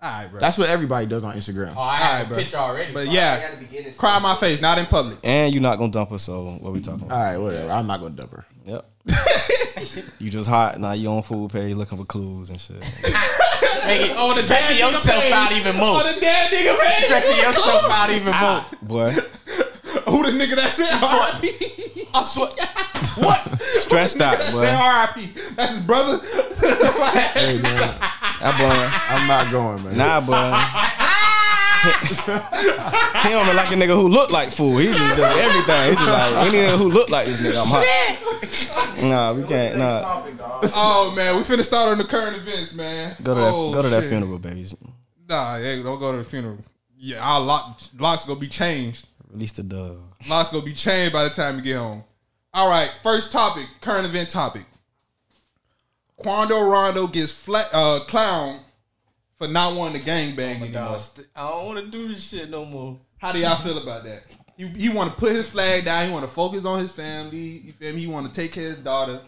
S1: Alright, bro.
S2: That's what everybody does on Instagram.
S6: Oh, I
S1: All
S6: have
S1: right,
S6: a
S1: bro.
S6: picture already.
S1: But
S6: bro.
S5: I
S1: yeah,
S5: gotta begin this.
S1: cry my face, not in public.
S4: and you not gonna dump her. So what we talking
S2: All
S4: about?
S2: right, whatever. I'm not gonna dump her.
S4: Yep. You just hot now. You on food page looking for clues and shit.
S6: Nigga, oh, the stressing yourself
S1: page.
S6: out even more.
S1: Oh, the damn nigga face.
S6: Stressing yourself out even
S1: Ah.
S6: more.
S4: Boy,
S1: Who this nigga that said R.I.P.?
S6: I swear.
S1: What?
S4: stressed out.
S1: Say
S4: Boy,
S1: R.I.P. That's his brother.
S2: Hey man,
S4: I blame.
S2: I'm not going, man.
S4: Nah, boy. he don't even like a nigga who look like fool. He just, just everything. He's just like any nigga who look like this nigga. I'm hot. Nah, we can't. Nah,
S5: Topic, dog. It's
S1: Oh man, we finna start on the current events, man.
S4: go to that.
S1: Oh,
S4: go to that
S1: shit.
S4: funeral, babies.
S1: Nah, hey, don't go to the funeral. Yeah, our lock, locks gonna be changed.
S4: Release the dove.
S1: Locks gonna be changed by the time you get home. All right, first topic, current event topic. Quando Rondo gets flat uh, clown for not wanting to gangbang anymore.
S3: Oh, I don't want to do this shit no more.
S1: How do y'all feel about that? You he want to put his flag down. He want to focus on his family. You feel me? He want to take care of his daughter.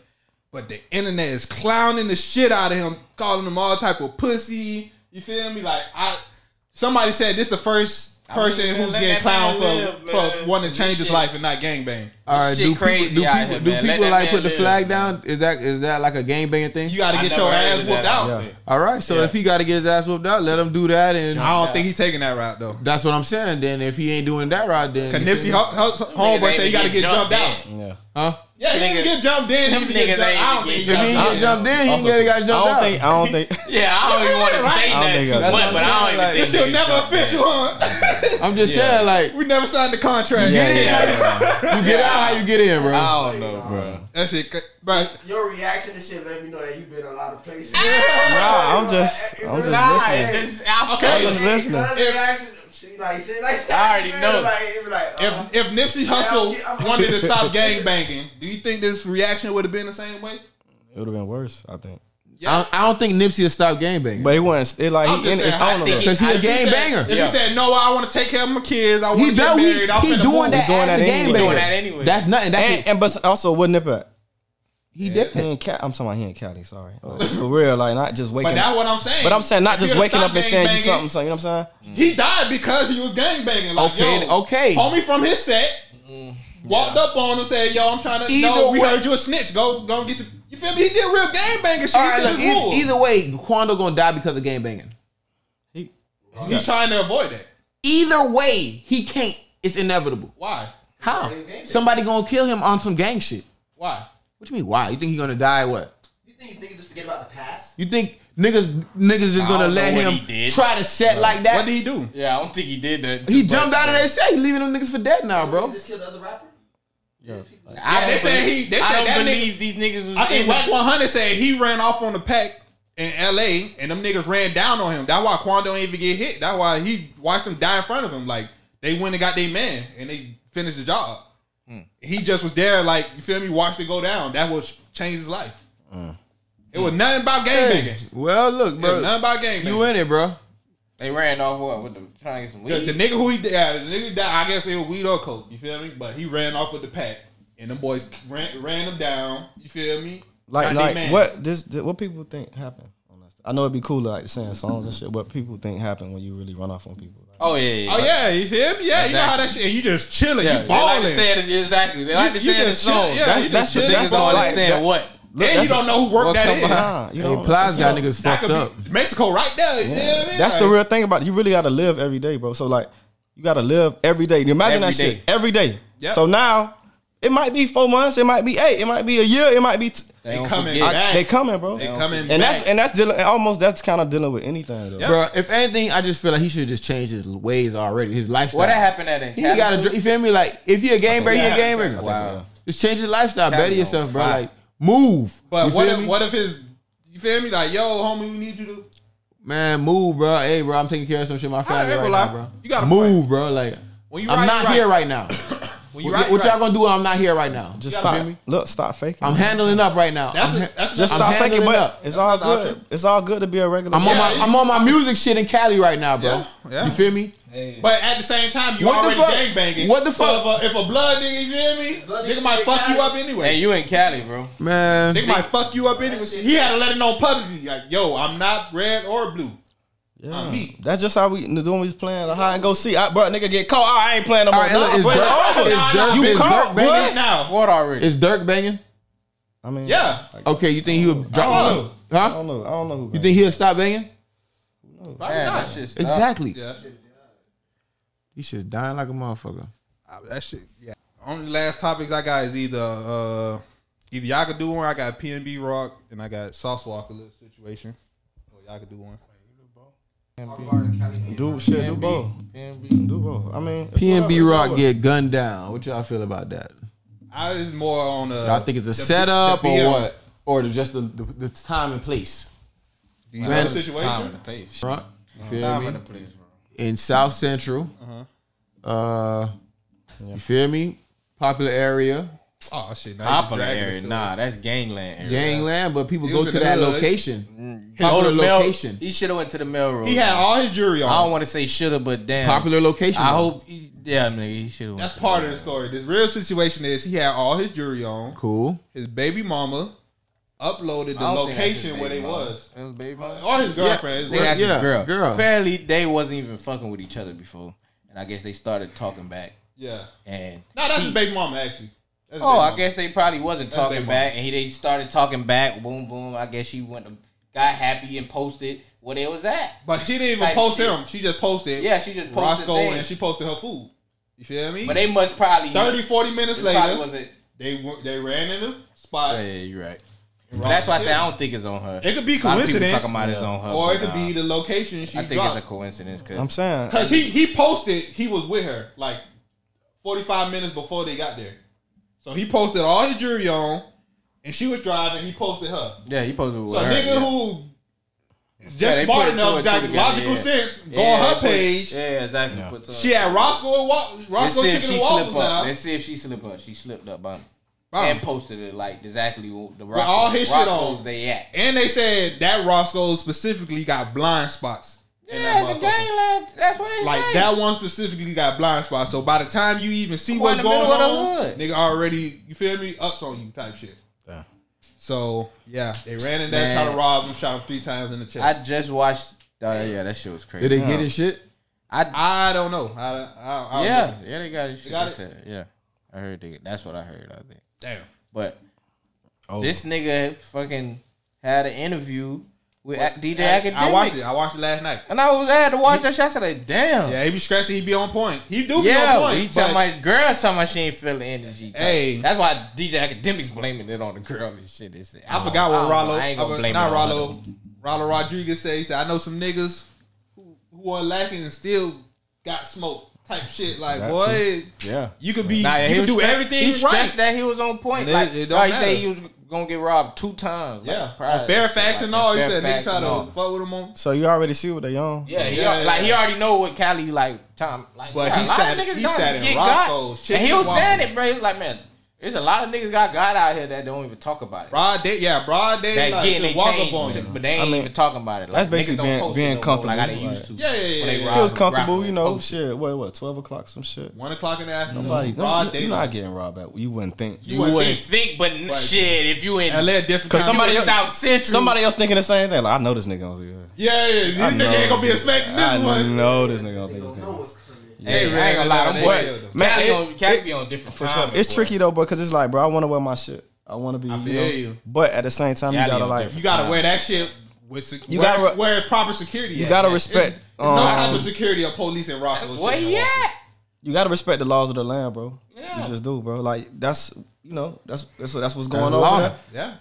S1: But the internet is clowning the shit out of him, calling him all type of pussy. You feel me? Like I, somebody said this the first person
S3: man,
S1: who's
S3: let
S1: getting
S3: that
S1: clowned
S3: man
S1: for
S3: live,
S1: for
S3: man.
S1: wanting to change his
S3: Shit.
S1: life and not gangbang.
S2: All
S6: Shit
S2: right, do people,
S6: crazy
S2: do
S6: out
S2: people,
S6: here,
S2: do
S6: man.
S2: people
S6: Let that
S2: like
S6: man
S2: put the
S6: live,
S2: flag down? Is that is that like a gang banging thing?
S1: You got
S3: I
S1: to get
S3: never
S1: your
S3: heard
S1: ass
S3: of
S1: whooped
S3: that.
S1: out.
S4: Yeah.
S2: All right, so if he got to get his ass whooped out, let him do that, and
S1: I don't think he taking that route though.
S2: that's what I'm saying. Then if he ain't doing that right, then
S1: Cause Nipsey Hu- Hu- homeboy said he got to get jumped out.
S4: Yeah.
S2: huh?
S1: Yeah, he
S6: Niggas-
S1: get jumped in.
S6: Them
S1: He
S6: niggas
S1: get jumped- I don't
S6: ain't
S1: think he
S2: If he
S1: got
S2: ain't
S1: jumped
S2: get jumped in, he ain't get got jumped
S4: I don't
S2: out.
S4: think. I don't think.
S6: Yeah, I don't even want to say
S4: I don't think I
S6: that too
S4: do.
S6: much, but I don't even
S1: This
S6: think
S1: shit
S6: niggas
S1: never
S6: jumped in.
S1: official, huh?
S2: I'm just saying, like
S1: we never signed the contract.
S4: Yeah, yeah,
S2: you get out, how you get in, bro.
S6: Oh.
S3: I don't know, bro.
S1: That shit, cra- bro.
S5: Your reaction to shit let me know that you've been a lot of places.
S4: Nah, I'm just. I'm just
S6: Nah,
S4: listening.
S6: it's just alpha-
S1: Okay.
S4: I'm just listening.
S5: Cause reaction, she like, she like,
S6: I already know.
S5: Like, it be like, uh,
S1: If if Nipsey Hussle wanted to stop gang banging, do you think this reaction would have been the same way?
S4: It would have been worse, I think.
S2: I, don't, I don't think Nipsey will stop gang banging.
S4: But it wasn't. It like
S1: I'm
S4: he,
S1: just
S4: in,
S1: saying,
S4: it's
S1: I
S4: on him.
S1: think
S2: Cause he a
S1: If he
S2: gang
S1: said-
S2: banger.
S1: If
S6: Yeah.
S1: he said no, I want to take care of my kids. I want
S2: He
S1: to get
S2: do he,
S1: married. I'm
S2: he
S1: finna
S2: doing
S1: move.
S2: that
S4: doing
S2: as
S4: that
S2: a
S4: anyway.
S2: gang
S4: He
S2: banger.
S4: doing
S6: that anyway.
S2: That's nothing. That's
S4: And,
S2: it.
S4: and but also, what nip at?
S2: He
S4: He
S2: did.
S4: in Cali. I'm talking about he in Cali. Sorry, Like, for real. Like not just waking.
S1: But that's
S4: up.
S1: what I'm saying.
S4: But I'm saying not
S1: If
S4: just
S1: he would've
S4: waking up
S1: stopped
S4: and saying you
S1: gangbanging,
S4: something. So you know what I'm saying?
S1: He died because he was gang banging. Like,
S2: Okay,
S1: yo,
S2: okay.
S1: Homie from his set walked up on him, said, "Yo, I'm trying to.
S2: Either
S1: no, we
S2: way-
S1: heard you a snitch. Go, go and get your. You feel me? He did real gang banging shit.
S2: All right,
S1: he
S2: look.
S1: did his
S2: Either,
S1: rules.
S2: either way, Quando gonna die because of gang banging.
S1: He's trying to avoid that.
S2: Either way, he can't. It's inevitable.
S1: Why?
S2: How? Somebody gonna kill him on some gang shit.
S1: Why?
S2: What you mean? Why? You think he gonna die? What?
S5: you think you niggas just forget about the past?
S2: You think niggas niggas just gonna
S6: don't
S2: let
S6: know what
S2: him
S6: he did.
S2: try to set like that?
S1: What did he do?
S6: Yeah, I don't think he did that.
S2: he jumped out of that set. He leaving them niggas for dead now,
S5: You
S2: bro.
S5: just killed the other rapper?
S6: I
S1: Yeah,
S6: don't
S1: they said
S6: believe-
S1: he- they
S6: I
S1: said
S6: don't
S1: that nigga-
S6: believe these niggas was
S1: I think
S6: in that.
S1: Wack 100 said he ran off on the pack in LA and them niggas ran down on him. That's why Quando ain't even get hit. That's why he watched them die in front of him. Like they went and got their man and they finished the job.
S4: Hmm.
S1: He just was there, like, you feel me, watched it go down. That was changed his life. It was nothing about game banging.
S2: Well, look,
S1: It was
S2: bro.
S1: nothing about game
S2: You
S1: banging.
S2: in it, bro?
S6: They ran off what with the trying to get some
S1: The,
S6: weed.
S1: the nigga who he died, the nigga died, I guess it was weed or coke, you feel me? But he ran off with the pack. And them boys ran, ran him down, you feel me?
S4: Like
S1: Got they
S4: like
S1: man.
S4: what this, this what people think happened. on that stuff. I know it'd be cool to like sing songs and shit. What people think happened when you really run off on people. Like,
S6: Oh yeah, yeah.
S1: Oh yeah, you feel me? Yeah, you know how that shit. You just chilling,
S6: Yeah,
S1: you
S6: they like
S1: balling,
S6: to say it exactly. They like
S1: You-
S6: to
S1: you
S6: say it in the
S1: just chill-
S6: song.
S1: yeah, you
S4: that's
S1: just
S4: the
S1: chilling.
S4: biggest
S6: Niggas
S4: thought,
S6: don't
S4: like,
S6: understand
S4: that-
S6: what.
S4: Look,
S1: and you
S4: that's-
S1: don't know who worked
S6: Well,
S1: that
S6: come
S1: is.
S4: Nah, you
S2: Hey,
S4: don't-
S2: Plies got niggas
S1: That
S2: fucked
S1: could be
S2: up.
S1: Mexico right there. you know what I mean?
S4: That's the
S1: Like,
S4: real thing about it. You really got to live every day, bro. So like, you got to live every day. You imagine
S6: Every
S4: that
S6: day.
S4: shit every day.
S1: Yep.
S4: So now it might be four months, it might be eight, it might be a year, it might be. T-
S1: They
S6: don't
S1: coming
S6: forget.
S1: back.
S4: they coming, bro.
S1: They coming
S4: and
S1: back.
S4: that's and that's dealing. and almost that's kind of dealing with anything though.
S1: Yep.
S2: Bro, if anything, I just feel like he should just change his ways already, his lifestyle.
S6: What that happened at in
S2: He got to, you feel me? Like, if you a game breaker, you a game breaker.
S6: Wow.
S2: Just change your lifestyle,
S6: Cali
S2: better
S6: on
S2: yourself, bro.
S6: fire.
S2: Like, move.
S1: But
S2: you
S1: what
S2: feel
S1: if
S2: me?
S1: what if his? You feel me? Like, yo, homie, we need you to.
S2: Man, move, bro. Hey, bro, I'm taking care of some shit. in My family
S1: ain't
S2: right
S1: gonna
S2: now,
S1: lie.
S2: bro.
S1: You gotta
S2: move, bro. Like,
S1: When you
S2: I'm
S1: right,
S2: not
S1: you right.
S2: here right now.
S1: When you
S2: what
S1: right,
S2: what
S1: you
S2: y'all
S1: right.
S2: gonna do? when I'm not here right now.
S4: Just
S2: You
S4: stop.
S2: feel me?
S4: Look, stop faking.
S2: I'm handling up right now.
S1: That's
S2: I'm,
S1: a, that's
S4: just
S1: just.
S2: I'm
S4: stop faking.
S2: handling
S4: But
S2: it up.
S4: it's all
S1: That's not
S4: good.
S1: true.
S4: It's all good to be a regular.
S2: I'm on
S4: man.
S2: my
S1: Yeah,
S2: I'm on my music shit in Cali right now, bro.
S1: Yeah, yeah.
S2: You feel me?
S1: But at the same time, you
S2: What the
S1: already
S2: fuck?
S1: gang banging.
S2: What the
S1: So if, a, if a blood nigga, you feel me?
S5: Blood
S1: nigga
S5: nigga
S1: might
S5: shit
S1: fuck you
S5: got
S1: up
S5: it.
S1: anyway.
S6: Hey, you in Cali, bro?
S2: Man.
S1: Nigga might fuck you up anyway. He had to let it know publicly, like, yo, I'm not red or blue. I'm
S4: Yeah.
S1: me.
S4: That's just how we when we was playing the high and go see. I, bro, nigga get caught. I ain't playing no more.
S2: All right,
S4: Oh, Nah,
S2: look, it's
S4: bro,
S2: Dirk-
S4: it's over.
S2: it's Dirk-
S4: you
S2: it's
S4: caught,
S2: Dirk
S4: bro.
S2: Banging.
S1: Right now,
S6: What already?
S2: Is Dirk banging?
S4: I mean,
S1: yeah.
S2: Okay, you think he would drop?
S4: I
S2: Huh?
S4: don't know. I don't know. Who
S2: You think he'll stop banging?
S1: Probably
S6: Man,
S1: not.
S6: that shit stopped.
S2: Exactly.
S1: Yeah.
S2: He's just dying like a motherfucker.
S1: I- that shit. Yeah. Only last topics I got is either uh either y'all could do one. I got PNB Rock and I got Sauce Walker little situation. Or y'all could do one.
S4: Do shit, do both.
S3: PNB.
S4: Do both. I mean, it's
S2: PNB
S4: whatever,
S2: Rock
S4: it's
S2: get gunned down. What y'all feel about that?
S1: I was more on. Uh,
S2: Y'all think it's a
S1: the-
S2: setup
S1: the
S2: or
S1: BM.
S2: what, or the, just the, the the time and place,
S1: Do you know the
S3: Time
S1: situation?
S3: and place.
S2: right? You feel
S3: Time
S2: me?
S3: and place, bro.
S2: In South Central,
S1: Uh-huh.
S2: uh, you feel me? Popular area,
S1: Oh shit! now you
S3: Popular
S1: dragging
S3: area.
S1: us to
S3: Nah, that's gangland
S6: Oh,
S3: area.
S2: gangland, but people
S1: He
S2: go
S1: was
S2: to
S1: in the
S2: that
S1: hood.
S2: location.
S3: Go
S2: Popular
S3: to Mel-
S2: location.
S3: He should have went to the Melrose.
S1: it. He had all his jewelry on.
S3: I don't want to say shoulda, but damn.
S2: Popular location.
S3: I hope. He, yeah, nigga, he should have.
S1: That's part of the story. The real situation is he had all his jewelry on.
S2: Cool.
S1: His baby mama uploaded the location where they was.
S3: It was baby mama.
S1: Or his girlfriend.
S3: Nigga, that's
S2: Yeah,
S3: his girl.
S2: girl.
S3: Apparently, they wasn't even fucking with each other before, and I guess they started talking back.
S1: yeah.
S3: And
S1: No, that's his baby mama actually. That's his
S3: oh,
S1: baby
S3: I
S1: mama.
S3: guess they probably wasn't
S1: That's
S3: talking
S1: baby
S3: back, and he they started talking back. Boom, boom. I guess she went, and got happy and posted where they was at.
S1: But she didn't even
S3: Type
S1: post
S3: shit.
S1: him. She just posted.
S3: Yeah, she just posted
S1: Roscoe
S3: things.
S1: and she posted her food. You feel me?
S3: But they must probably
S1: 30, 40 minutes
S3: it probably
S1: later,
S3: wasn't.
S1: they went- they ran in the spot.
S3: Yeah, yeah, you're right. But that's why I say I don't think it's on her.
S1: It could be
S3: A lot of people
S1: coincidence.
S3: Talking about it's on her,
S1: or it
S3: but
S1: could
S3: nah.
S1: be the location she
S3: I think it's a
S1: dropped.
S3: coincidence
S4: whatever. I'm
S3: because
S4: saying.
S1: Because he, he posted he was with her like 45 minutes before they got there. So he posted all his jewelry on and she was driving. He posted her.
S3: yeah, he posted with
S1: So
S3: her.
S1: nigga
S3: yeah.
S1: who is just
S3: Yeah, they
S1: smart
S3: put two
S1: enough,
S3: and two
S1: got
S3: together,
S1: logical
S3: yeah.
S1: sense, go
S3: Yeah,
S1: on
S3: they
S1: her
S3: put-
S1: page.
S3: Yeah, exactly. Put some-
S1: She had Roscoe and Wa-
S3: Let's
S1: Roscoe
S3: see if
S1: chicken
S3: she
S1: and
S3: slip
S1: waffles
S3: up.
S1: now.
S3: Let's see if she slip up. She slipped up, bum.
S1: Bum.
S3: and posted it like exactly what the Roscoe,
S1: all his shit on.
S3: Roscoe's They at.
S1: And they said that Roscoe specifically got blind spots. in that motherfucker.
S3: gangland. That's what they
S1: Like that one specifically got blind spots. So by the time you even see what's
S3: in the
S1: going
S3: middle of the
S1: on,
S3: hood.
S1: nigga already you feel me ups on you type shit. So yeah, they ran in there
S3: Man.
S1: trying to rob him, shot him three times in the chest.
S3: I just watched. Oh yeah, that shit was crazy.
S2: Did they get his shit?
S3: I,
S1: I don't know. I, I, I
S3: yeah, yeah, they got his shit.
S1: got
S3: They said, Yeah, I heard they. That's what I heard. I think.
S1: damn.
S3: But
S2: Oh.
S3: this nigga fucking had an interview with Ac- DJ Academic.
S1: I, I watched it. I watched it last night.
S3: and I was I had to watch that shit. I said, like, damn. Yeah.
S1: Yeah, he be scratching. He be on point. He do be
S3: Yeah,
S1: on point.
S3: he talking
S1: but-
S3: about his girl talking about she ain't feeling energy. type.
S1: Hey.
S3: that's why DJ Academics blaming it on the girl and shit. They said,
S1: I forgot what
S3: don't know.
S1: Rollo,
S3: I ain't gonna
S1: uh,
S3: blame
S1: not
S3: it on
S1: Rollo, Rollo Rodriguez say. He said, I know some niggas who, who are lacking and still got smoke type shit. Like,
S4: That
S1: boy,
S4: Yeah.
S1: you could be,
S3: Nah, yeah,
S1: you
S3: he
S1: could
S3: was
S1: do
S3: stre-
S1: everything
S3: he
S1: right.
S3: stressed that he was on point.
S1: It
S3: like,
S1: is- it don't
S3: like he
S1: matter.
S3: said he was gonna get robbed two times.
S1: Yeah,
S3: like,
S1: on
S3: probably.
S1: Fairfax and all. He said niggas
S3: Fairfax
S1: try
S3: and all.
S1: to fuck with him on.
S4: So you already see what they on.
S3: Yeah, he,
S1: Yeah,
S3: al-
S1: yeah,
S3: like he
S1: yeah.
S3: already know what Cali like Tom like.
S1: But
S3: yeah,
S1: he
S3: a lot
S1: sat-
S3: of niggas
S1: he
S3: don't
S1: sat in
S3: get got.
S1: Roscoe's chicken
S3: and he was
S1: waffles.
S3: saying it, bro. He was like, man, there's a lot of niggas got God out here that don't even talk about it.
S1: Broad day, yeah, broad day.
S3: that
S1: like,
S3: getting
S1: just
S3: they
S1: walk
S3: change,
S1: up on you.
S3: but they ain't
S4: I mean,
S3: even talking about it.
S4: that's
S3: Like,
S4: basically
S3: niggas don't
S4: being-
S3: post
S4: being
S3: it no more Like I
S4: comfortable,
S3: didn't used to.
S1: Yeah, yeah, yeah,
S3: When they
S1: yeah.
S3: rob
S4: He was
S3: and grapple
S4: comfortable, you
S3: and
S4: know.
S3: post it.
S4: Shit, what, what, twelve o'clock, some shit.
S1: One o'clock in the afternoon.
S4: Nobody, no,
S1: broad
S4: you,
S1: day.
S4: you're not getting robbed. At, you wouldn't think.
S1: You
S3: You
S1: wouldn't
S3: wouldn't think, but n-
S1: Right.
S3: shit, if you in
S1: LA a different. kind
S4: Cause
S1: of-
S4: somebody
S3: you in
S4: else-
S3: South Central,
S4: Somebody else thinking the same thing. Like I know this nigga gonna do this.
S1: Yeah, yeah.
S4: I
S1: This nigga ain't
S4: know.
S1: gonna be expecting
S4: I
S1: this one.
S4: know this nigga gonna
S5: They
S4: do
S5: don't
S4: this.
S5: know
S4: Nigga.
S5: what's coming.
S3: Hey, I ain't gonna lie, them
S1: What?
S3: boys-
S4: Man,
S3: Cali
S4: it-
S3: on- Cali
S4: it-
S3: be on different
S4: For sure.
S3: timing,
S4: It's
S3: boy.
S4: tricky though, because it's like, bro, I want to wear my shit. I want to be.
S1: feel
S4: you, know,
S1: you.
S4: But at the same time,
S3: Yeah,
S4: you
S3: I need
S4: gotta
S3: a
S4: like,
S3: different-
S1: You gotta wear that shit with sec-
S4: You
S1: where,
S4: gotta re-
S1: where proper security.
S4: you
S1: at,
S4: gotta
S1: man.
S4: respect.
S1: There's no type
S4: Um,
S1: of security of police in Roscoe.
S3: Where he at?
S4: you gotta respect the laws of the land, bro.
S1: Yeah.
S4: You just do, bro. Like that's you know that's that's what that's what's going
S2: That's
S4: on.
S2: law.
S4: over there.
S1: Yeah.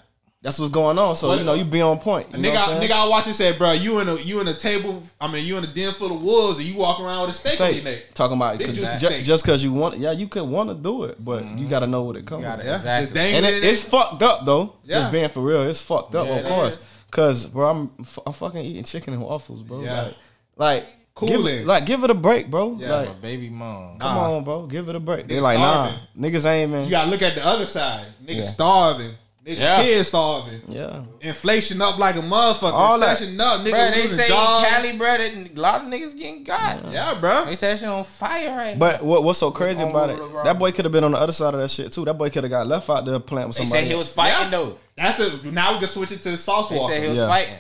S4: That's what's going on. So
S1: What-
S4: you know you be on point. You know
S1: nigga,
S4: what I'm
S1: I, nigga,
S4: saying?
S1: I watch it said, bro, you in a you in a table. I mean, you in a den full of wolves, and you walk around with a stake on your neck.
S4: Think, talking about
S1: They
S4: cause
S1: just
S4: just
S1: think.
S4: just because you want, yeah, you could want to do it, but you gotta know what it comes.
S3: Gotta-
S4: with.
S1: Yeah,
S3: Exactly.
S1: just dangling
S4: And it,
S1: it.
S4: it's fucked up though.
S1: Yeah.
S4: Just being for real, it's fucked up,
S3: Yeah,
S4: of
S3: it
S4: course.
S3: is.
S4: Cause bro, I'm f- I'm fucking eating chicken and waffles, bro.
S1: Yeah.
S4: Like, like
S1: Cool
S4: give
S1: it.
S4: it, like give it a break, bro.
S1: Yeah.
S4: Like,
S3: My baby mom.
S4: come
S1: Nah.
S4: on, bro, give it a break. They
S1: Niggas
S4: like, nah,
S1: starving.
S4: niggas ain't
S1: You
S4: even.
S1: gotta look at the other side. Nigga
S4: Yeah.
S1: starving. Nigga
S3: Yeah.
S1: kids starving.
S4: Yeah,
S1: Inflation up like a motherfucker.
S4: All that.
S1: Recession up. Nigga
S3: Bro, they
S1: losing
S3: say in
S1: jobs.
S3: Cali, bro, that a lot of niggas getting got.
S1: Yeah, bro.
S3: They say that shit on fire right now.
S4: but what what's so crazy
S3: on
S4: about
S3: the
S4: it?
S3: road.
S4: That boy could have been on the other side of that shit too. That boy could have got left out there playing with
S3: They
S4: somebody.
S3: said he was fighting
S1: Yeah.
S3: though.
S1: That's a now we can switch it to Sauce
S3: They
S1: Walker.
S3: said he was
S4: Yeah.
S3: fighting.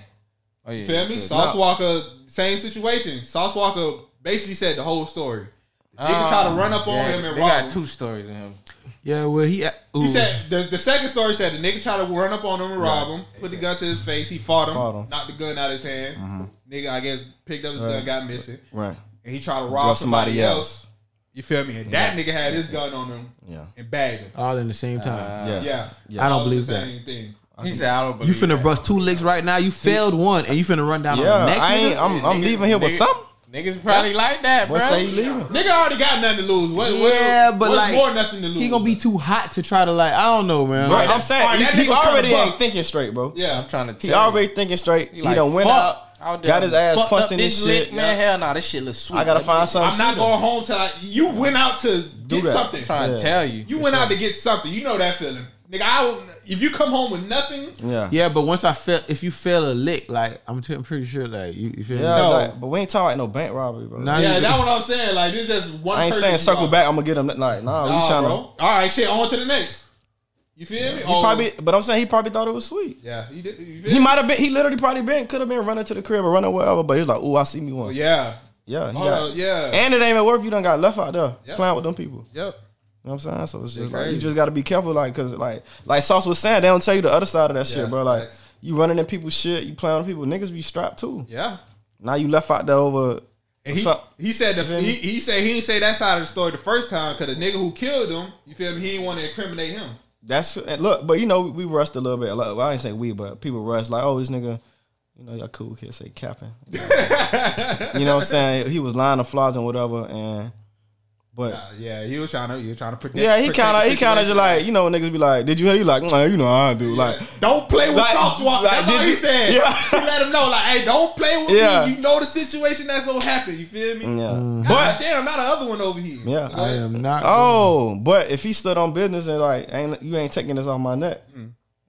S3: Oh yeah.
S1: Feel me?
S3: good.
S1: Sauce Walker, same situation. Sauce Walker basically said the whole story. Nigga
S3: Ah,
S1: try to run up on
S3: yeah,
S1: him and
S3: They
S1: rob him.
S3: got two stories of him.
S2: Yeah, well he.
S1: He said the, the second story said the nigga tried to run up on him and rob him, put the gun to his face, he fought him,
S4: Fought him.
S1: knocked the gun out of his hand. Nigga, I guess picked up his gun,
S4: Right.
S1: got missing,
S4: right.
S1: and he tried to rob
S4: Drop
S1: somebody,
S4: somebody
S1: else. You feel me? And that nigga had his gun on him
S4: Yeah.
S1: and bagged him.
S2: all in the same time.
S4: Yes.
S3: Uh,
S1: Yeah,
S4: Yeah.
S2: I don't
S1: All the
S2: believe that.
S1: Same thing.
S3: He said, "I don't
S2: You
S3: believe."
S2: finna
S3: that.
S2: bust two licks right now. You failed one, and you finna run down
S4: Yeah,
S2: on the next
S4: I ain't.
S2: nigga?
S4: I'm, I'm leaving here with
S3: nigga-
S4: something.
S3: Niggas probably like that, bro.
S4: What say you leaving?
S1: Nigga already got nothing to lose. What, what-
S2: yeah, but
S1: what's
S2: like,
S1: more nothing to lose.
S2: he gonna be too hot to try to like. I don't know, man.
S4: Bro,
S2: Like,
S4: I'm saying
S1: Alright, that
S4: he, he
S1: nigga kinda
S4: already ain't
S1: bugged.
S4: thinking straight, bro.
S1: yeah,
S3: I'm trying to tell
S4: He already thinking straight. He,
S3: you. like,
S4: done went
S3: fuck. I
S4: out,
S3: done
S4: got his ass
S3: fucked
S4: punched
S3: up
S4: in his
S3: this
S4: shit.
S3: lick, man. Hell no, this shit looks sweet.
S4: I gotta
S3: That
S4: find
S3: nigga-
S1: I'm
S4: something.
S1: not
S4: sweeter.
S1: going home till I, you went out to get
S4: that.
S1: something.
S3: I'm trying
S4: Yeah.
S3: to tell you.
S1: You went out to get something. You know that feeling, nigga. I don't- if you come home with nothing,
S4: Yeah, yeah.
S2: yeah, but once I fail, if you fail a lick, like I'm, t- I'm pretty sure, like you, you feel me?
S4: like, but we ain't talking about no bank robbery, bro.
S2: Nah,
S1: yeah,
S2: you-
S1: that's what I'm saying. Like this is just one.
S4: I ain't
S1: person
S4: saying circle
S1: involved.
S4: back. I'm gonna get him. Like, nah,
S1: Nah,
S4: we trying
S1: bro.
S4: to.
S1: All right, shit. On to the next. You feel me? Oh,
S4: He probably, but I'm saying he probably thought it was sweet.
S1: Yeah, you did. You feel
S4: He
S1: me?
S4: might have been. He literally probably been could have been running to the crib or running wherever. But he was like, "Ooh, I see me one." Yeah,
S1: Oh, Yeah.
S4: he
S1: Oh,
S4: got-
S1: yeah.
S4: And it ain't even worth. You done got left out there
S1: Yeah.
S4: playing with them people.
S1: yep.
S4: You know what I'm saying? So it's just
S1: Yeah,
S4: like you
S1: crazy.
S4: just gotta be careful, like, cause like, like Sauce was saying, they don't tell you the other side of that
S1: Yeah,
S4: shit, bro. Like,
S1: facts.
S4: you running in people's shit, you playing with people, niggas be strapped too.
S1: Yeah.
S4: Now you left out there over.
S1: And he,
S4: some-
S1: he said the, he, he said he didn't say that side of the story the first time because the nigga who killed him, you feel me? He didn't want to incriminate him.
S4: That's and look, but you know we rushed a little bit. Like, well, I ain't say we, but people rushed. Like, oh, this nigga, you know, y'all cool kids say capping. you know what I'm saying? He was lying to flaws and whatever, and but
S1: Uh, yeah, he was trying to he was trying to protect.
S4: yeah, he
S1: protect
S4: kind of
S1: the
S4: he kind of just
S1: situation.
S4: like you know niggas be like, did you hear? You like, nah, you know I do. Like,
S1: Don't play with
S4: Like-
S1: Sauce Walker. That's
S4: like, did
S1: all he
S4: you-
S1: said.
S4: Yeah.
S1: He let him know, like, hey, don't play with
S4: Yeah.
S1: me. You know the situation that's gonna happen. You feel me?
S4: yeah,
S1: God
S4: but
S1: damn, not another one over here.
S4: yeah.
S2: I am not.
S4: Oh, but if he stood on business and like, ain't you ain't taking this off my neck?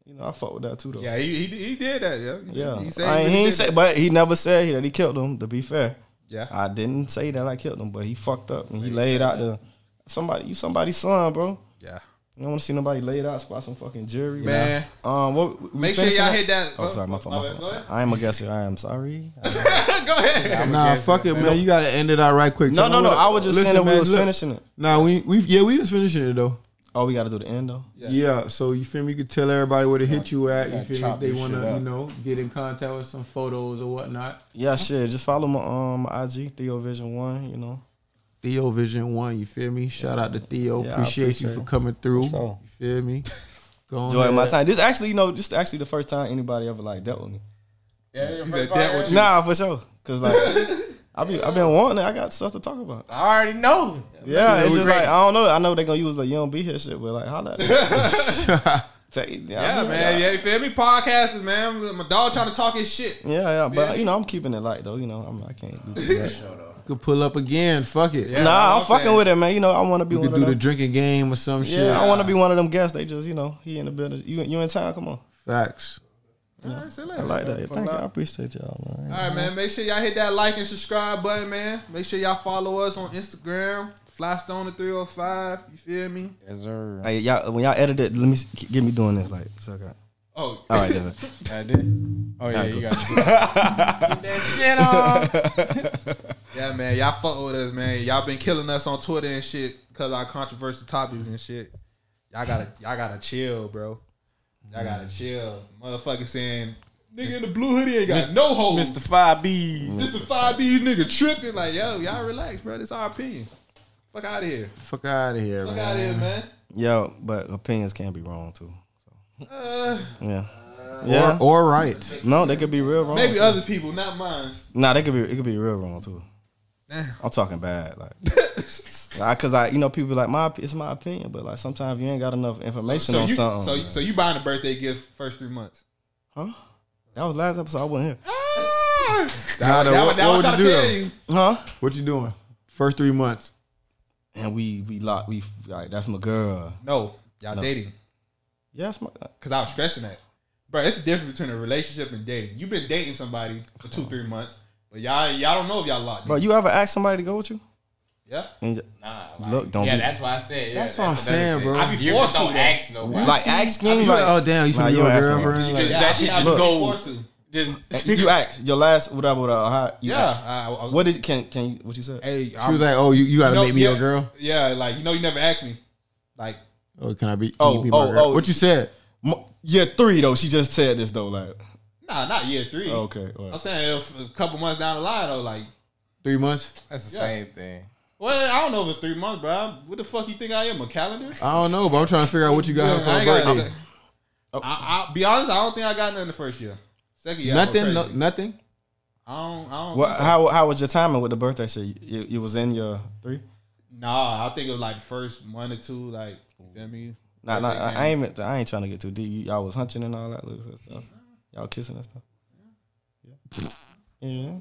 S4: You know, I fuck with that too though.
S1: Hmm. Yeah, he, he, he did that. Yeah,
S4: Yeah,
S1: He
S4: I
S1: said
S4: ain't-
S1: he,
S4: he
S1: really
S4: ain't
S1: did
S4: say,
S1: that.
S4: but he never said Ah. that he killed him. To be fair,
S1: Yeah.
S4: I didn't say that I killed him, but he fucked up and he laid out the somebody. You somebody's son, bro.
S1: Yeah.
S4: You don't want to see nobody laid out, spot some fucking jury,
S1: Man.
S4: Um, what? we- we
S1: Make sure
S4: finishing
S1: y'all
S4: up?
S1: hit that-
S4: Oh, sorry, my fault.
S1: My
S4: My
S1: bad,
S4: fault.
S1: go ahead.
S4: I am a guesser. I am sorry.
S1: Go ahead.
S2: Nah, fuck it, man. You gotta end it out right quick.
S4: no,
S2: Tell
S4: no,
S2: me
S4: no.
S2: what-
S4: I was just saying
S2: Listen,
S4: that we
S2: man,
S4: was
S2: look.
S4: finishing it.
S2: Nah, we we yeah we was finishing it though.
S4: Oh, we got to do the end though.
S1: Yeah.
S2: Yeah. so you feel me? You could tell everybody where to hit you at. You
S3: gotta
S2: feel me?
S3: chop
S2: If they
S3: this
S2: wanna,
S3: shit up.
S2: you know, get in contact with some photos or whatnot.
S4: Yeah, shit. Just follow my um my IG Theo Vision One. You know.
S2: Theo Vision One, you feel me? Shout out to Theo.
S4: Yeah, I
S2: appreciate, you
S4: appreciate
S2: for
S4: it.
S2: coming through.
S4: sure.
S2: You feel me? Go
S4: Enjoy my
S2: ahead.
S4: time. This actually, you know, this actually the first time anybody ever like dealt with me.
S3: Yeah,
S1: He
S3: first
S1: said that
S3: part-
S1: was
S4: Nah, for sure. Cause like I be I've been wanting it. I got stuff to talk about.
S3: I already know.
S4: Yeah,
S3: we
S4: it's just
S3: ready.
S4: like I don't know. I know they gonna use like you don't be here shit, but like how that?
S1: Yeah, man. Yeah, you feel me? Podcasters, man. My dog trying to talk his shit.
S4: Yeah, yeah, but you know I'm keeping it light though. You know I'm, I can't. Do too much.
S2: Could pull up again. Fuck it.
S1: Yeah,
S4: nah, I'm
S1: okay.
S4: fucking with it, man. You know I want to be
S2: You
S4: one
S2: could
S4: of
S2: do the
S4: them.
S2: drinking game or some
S4: yeah,
S2: shit.
S4: I want to be one of them guests. They just you know he in the building. You you in town? Come on.
S2: Facts.
S1: All right, so
S4: I
S1: let's-
S4: like that. Thank you. I appreciate y'all, man.
S1: All right, man. Make sure y'all hit that like and subscribe button, man. Make sure y'all follow us on Instagram, Flystone305. You feel me?
S3: Yes, sir.
S4: Hey, y'all, when y'all edit it, let me s- get me doing this. Like, so I got.
S1: Oh,
S4: All right, that's it.
S3: I did. Oh yeah, you got to Get that shit on.
S1: yeah, man. Y'all fuck with us, man. Y'all been killing us on Twitter and shit because our controversial topics and shit. Y'all gotta, y'all gotta chill, bro. Y'all gotta
S3: Mm.
S1: chill. Motherfucker saying, nigga in the blue hoodie ain't got no hoes.
S3: Mr. Five B.
S1: Mr. 5B nigga tripping. Like, yo, y'all relax, bro. This our opinion. Fuck out of here.
S2: Fuck out of here,
S1: Fuck
S2: man.
S1: out of here, man.
S4: Yo, but opinions can be wrong too.
S1: Uh,
S4: Yeah. Yeah.
S2: Or right.
S4: No, they could be real wrong.
S1: maybe
S4: too.
S1: other people, not mine.
S4: Nah, they could be. It could be real wrong too. I'm talking bad, like, I, cause I, you know, people be like my, op- it's my opinion, but like sometimes you ain't got enough information
S1: So
S4: on
S1: you,
S4: something.
S1: so, so you buying a birthday gift first three months.
S4: huh? That was last episode. I wasn't here.
S2: Nada,
S1: That
S2: what,
S1: what, that
S2: what
S1: what
S2: would
S1: I'm trying
S2: you
S1: to
S2: do?
S1: tell
S2: though?
S1: you.
S4: Huh?
S2: What you doing? First three months.
S4: And we, we locked. We like that's my girl.
S1: No, y'all dating.
S4: Yeah, that's my.
S1: Cause I was stressing that, bro. It's the difference between a relationship and dating. You've been dating somebody for two, three months, but y'all, y'all don't know if y'all locked.
S4: Bro,
S1: in.
S4: you ever ask somebody to go with you?
S1: Yeah,
S4: And you-
S3: Nah,
S4: Look, don't
S3: Yeah,
S4: be-
S3: that's why I said. yeah,
S2: That's what I'm
S3: another
S2: saying,
S3: thing.
S2: bro.
S1: I be
S3: You
S1: forced
S3: just
S1: to
S3: don't
S1: that.
S3: ask nobody.
S4: like asking,
S2: You
S4: like,
S2: like, oh damn, you
S4: Nah,
S2: finna be
S4: you
S2: my
S4: don't ask no-
S2: girlfriend?
S1: You
S2: Like,
S1: just,
S3: that
S1: I-
S3: shit
S1: I
S3: just
S1: be
S3: go-
S1: forced to.
S3: Just
S4: you asked your last whatever, whatever. How, you
S1: Yeah,
S4: asked.
S1: I- I-
S4: what did can can you, what you said?
S1: Hey,
S2: she was like, oh, you, you gotta make me
S1: yeah,
S2: your girl.
S1: Yeah, like you know, you never asked me. Like,
S2: Oh, can I be? Can
S4: Oh,
S2: you be my
S4: oh,
S2: girl?
S4: oh.
S2: What you said?
S4: Mo- Yeah, three though. She just said this though, like oh,
S1: nah, not year three.
S2: Oh,
S4: okay. all
S1: I'm
S4: right.
S1: saying if a couple months down the line, though, like,
S2: Three months?
S3: that's the
S1: Yeah.
S3: same thing.
S1: well, I don't know if it's three months, bro. What the fuck you think I am? A calendar?
S2: I don't know, but I'm trying to figure out what you got her
S1: I
S2: for
S1: ain't
S2: her
S1: got-
S2: birthday.
S1: I, I'll be honest. I don't think I got nothing the first year. Second year, I
S2: nothing,
S1: go
S2: no,
S1: crazy.
S2: nothing.
S1: I don't. I don't.
S4: What, how how was your timing with the birthday shit? You, you, you was in your three?
S1: Nah, I think it was like first one or two. Like, you feel me?
S4: Nah, nah,
S1: Birthday
S4: I,
S1: game.
S4: I ain't meant to- I ain't trying to get too deep. You- Y'all was hunching and all that little stuff. Y'all kissing and stuff. Yeah, yeah.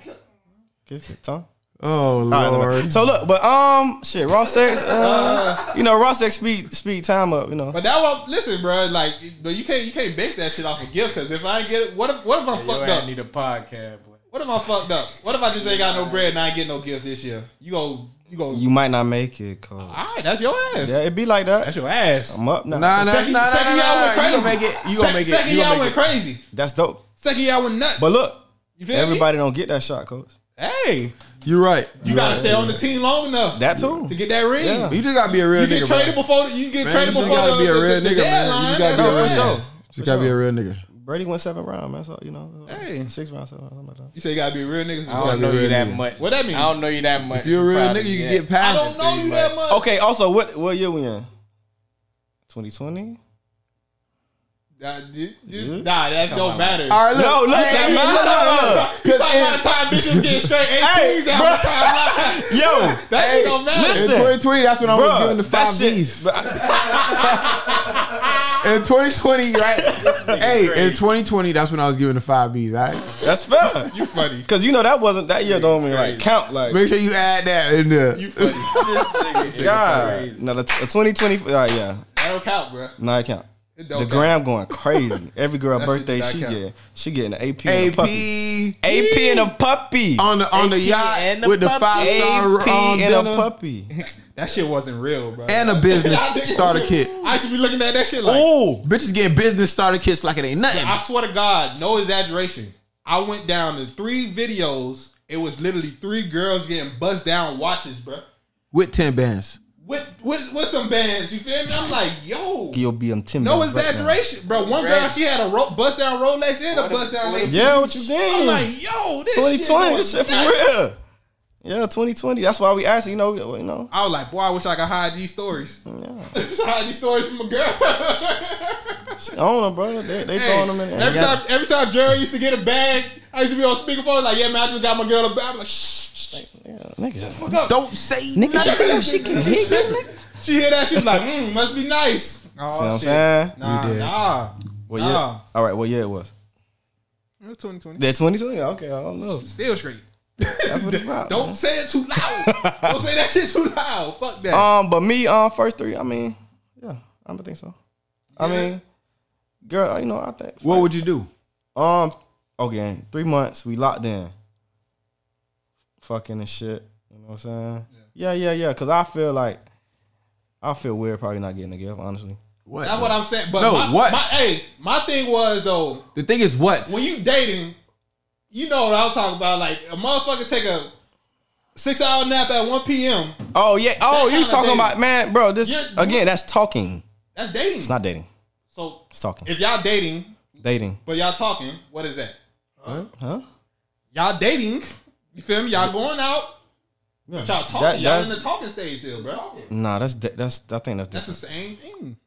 S4: Kiss your tongue.
S2: Oh
S4: All right, never mind. So look, but um, shit, raw sex. Uh, you know, raw sex speed speed time up. You know,
S1: But that one, listen, bro. Like, but you can't you can't base that shit off of gifts. Cause if I ain't get it, what if what if I'm fucked up?
S3: need a podcast, boy.
S1: What if I fucked up? What if I just ain't got no bread and I ain't get no gift this year? You go, you go.
S4: you might not make it, cause
S1: all right, that's your ass.
S4: yeah, it be like that.
S1: That's your ass.
S4: I'm up now.
S2: Nah, nah, nah, nah,
S1: Second, second
S2: nah,
S1: year I went
S2: nah, nah. You
S1: crazy.
S2: gonna make it? You gonna
S1: Sec-
S2: make it?
S1: Second
S2: You
S1: year I
S2: gonna
S1: went
S2: make it?
S1: crazy.
S4: That's dope.
S1: Second year I went nuts.
S4: But look,
S1: you feel me?
S4: everybody don't get that shot, coach.
S1: Hey,
S2: You right.
S1: you gotta stay on the team long enough
S4: That too.
S1: to get that ring.
S4: Yeah.
S2: You just gotta be a
S1: You
S2: real nigga.
S1: get
S2: bro.
S1: traded before you get
S2: Man,
S1: traded
S2: you just
S1: before
S2: gotta
S1: the,
S2: be a
S1: the-
S2: real
S1: the
S2: nigga, man.
S1: deadline. Oh,
S2: You just gotta be
S4: No,
S2: a
S4: for
S2: real
S4: sure.
S2: nigga.
S4: For
S2: Just gotta be
S4: sure.
S2: a real nigga.
S4: Brady went seven rounds, man. So you know,
S1: Hey.
S4: six rounds, seven rounds, something like that.
S1: You say you gotta be a real nigga.
S3: I don't know
S2: real
S3: you that
S2: nigga.
S3: much.
S1: What that mean?
S3: I don't know you that much.
S2: If you're a real
S3: Probably,
S2: nigga, you can
S3: yeah.
S2: get past.
S1: I don't
S2: it.
S1: know you that much.
S4: Okay. Also, what what year we in? 2020.
S1: Nah, d- d-
S2: Mm-hmm.
S4: Yeah.
S1: nah, that don't matter.
S2: All right, look.
S4: No, look, that
S2: Hey,
S4: matter.
S2: look, look, look, look.
S1: Because
S2: Cause
S1: by the time bitches get straight 18s, that
S4: bruh.
S1: was timeline.
S4: Yo,
S1: That shit don't matter.
S2: In
S4: listen.
S2: 2020, that's when I was
S4: Bruh,
S2: giving the
S4: that
S2: five
S4: shit-
S2: B's. In 2020, right? hey, in 2020, that's when I was giving the five B's. All right,
S4: That's fair.
S1: You funny.
S4: Cause you know that wasn't that year don't even like count like
S2: make sure you add that in there.
S1: You funny.
S4: God. No, the, the 2020. Uh, yeah,
S1: That don't count, bro.
S4: no, it count.
S1: It don't
S4: The
S1: count.
S4: gram going crazy. Every girl
S1: That shit
S4: birthday
S1: do not
S4: she
S1: count.
S4: get, she getting an AP, and a puppy.
S2: AP
S4: AP and a puppy.
S2: on the on the yacht
S3: and a
S2: with the
S3: puppy.
S2: five star
S4: AP
S2: um,
S4: and a
S2: dinner
S4: puppy.
S1: That shit wasn't real, bro.
S2: and a business
S1: I think-
S2: starter kit.
S1: I should be looking at that shit like,
S2: Oh, bitches getting business starter kits like it ain't nothing.
S1: I swear to God, no exaggeration. I went down to three videos. It was literally three girls getting bust down watches, bro.
S2: with ten bands.
S1: With, with with some bands, you feel me? I'm like, yo,
S4: You'll be them ten.
S1: no
S4: bands right now.
S1: exaggeration, bro. One girl, she had a ro- bust down Rolex and a bust down. Lexus.
S4: Yeah, what you
S1: I'm
S4: getting?
S1: like, yo, this
S4: 2020,
S1: shit
S4: this shit for
S1: nuts.
S4: real. Yeah, 2020. That's why we asked. You know, you know.
S1: I was like, boy, I wish I could hide these stories.
S4: Yeah.
S1: hide these stories from a girl.
S4: Shit on them, bro. They, they
S1: Hey,
S4: throwing them in there.
S1: every time, every time Jerry used to get a bag, I used to be on speakerphone like, yeah, man, I just got my girl a bag. I'm like, shh, shh, shh,
S4: Yeah, nigga.
S1: fuck up.
S2: Don't say
S4: Nigga,
S2: nothing.
S4: damn, she can hit you. nigga.
S1: She hear that, she was like, mm, must be nice. Oh,
S4: See what I'm saying?
S1: Nah,
S2: You did.
S1: nah.
S4: Well,
S1: Nah.
S4: yeah. All right. Well, yeah, it was.
S1: It was 2020.
S4: That 2020. Okay, I don't know.
S1: Still straight.
S4: That's what it's about.
S1: Don't say it too loud. Don't say that shit too loud. Fuck that.
S4: Um, but me, um, first three. I mean, yeah, I don't think so. I mean, girl, you know, I think.
S2: What would you do?
S4: Um, okay, three months. We locked in. Fucking and shit. You know what I'm saying? Yeah, yeah, yeah. Cause I feel like I feel weird, probably not getting a gift. Honestly,
S2: What?
S1: That's what I'm saying. But
S2: No,
S1: my,
S2: what?
S1: My, hey, my thing was though,
S2: the thing is, what?
S1: when you dating, you know what I'm talking about. Like a motherfucker take a six hour nap at 1 p.m.
S4: Oh yeah. Oh,
S1: That
S4: you
S1: kinda
S4: talking
S1: dating.
S4: about man, bro? This
S1: Yeah,
S4: again. That's talking.
S1: That's dating.
S4: It's not dating.
S1: so
S4: It's talking.
S1: if y'all dating,
S4: dating.
S1: but y'all talking, what is that?
S4: Huh?
S1: Y'all dating. You feel me? Y'all going out.
S4: Yeah.
S1: But y'all talking.
S4: That-
S1: y'all
S4: that's-
S1: in the talking stage still, bro.
S4: Nah, that's da- that's. I think that's.
S1: That's the same
S4: different.
S1: thing.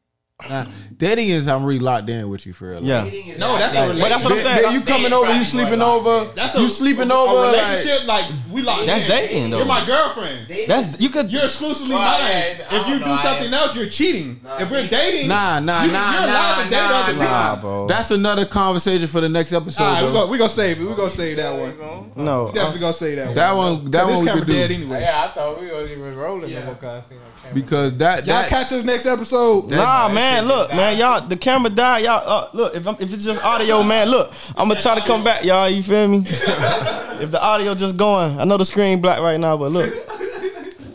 S2: Nah, dating is I'm really locked in with you for real.
S4: yeah.
S5: Dating is
S1: No, that's a relationship.
S4: But that's what I'm
S2: Then-
S4: saying.
S2: then you coming over, you sleeping over,
S1: That's a,
S2: you sleeping
S1: a- a
S2: over. like-
S1: relationship like, we like.
S4: That's
S1: yeah,
S4: dating
S1: You're
S4: though.
S1: my girlfriend.
S5: dating.
S4: That's you could.
S1: You're exclusively
S3: Well,
S1: mine.
S3: yeah, I
S1: if you
S3: don't
S1: do
S3: know, I
S1: something else, you're cheating.
S5: Nah,
S1: if we're
S5: he-
S1: dating,
S2: Nah, nah,
S1: you,
S2: nah,
S1: you're allowed
S2: nah,
S1: to date
S2: nah,
S1: other people.
S4: Nah, bro.
S2: That's another conversation for the next episode.
S1: All right,
S2: bro.
S1: we're gonna, we gonna save it. We're gonna save that one.
S4: no. uh,
S1: Definitely gonna save that one.
S2: That one- that
S1: Cause
S2: one we
S1: This camera
S2: could do.
S1: dead anyway.
S3: Yeah, I thought we was even rolling yeah. casino camera.
S2: because that
S1: Y'all
S2: that
S1: catch us next episode.
S4: Nah, man, look, man, y'all, the camera died, y'all. Uh, look, if I'm, if it's just audio, man, look, I'm gonna try to come back, y'all. You feel me? if the audio just going, I know the screen black right now, but look,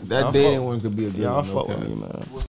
S2: that dating one could be a good
S4: y'all
S2: one. no
S4: fuck with
S2: cap.
S4: me, man.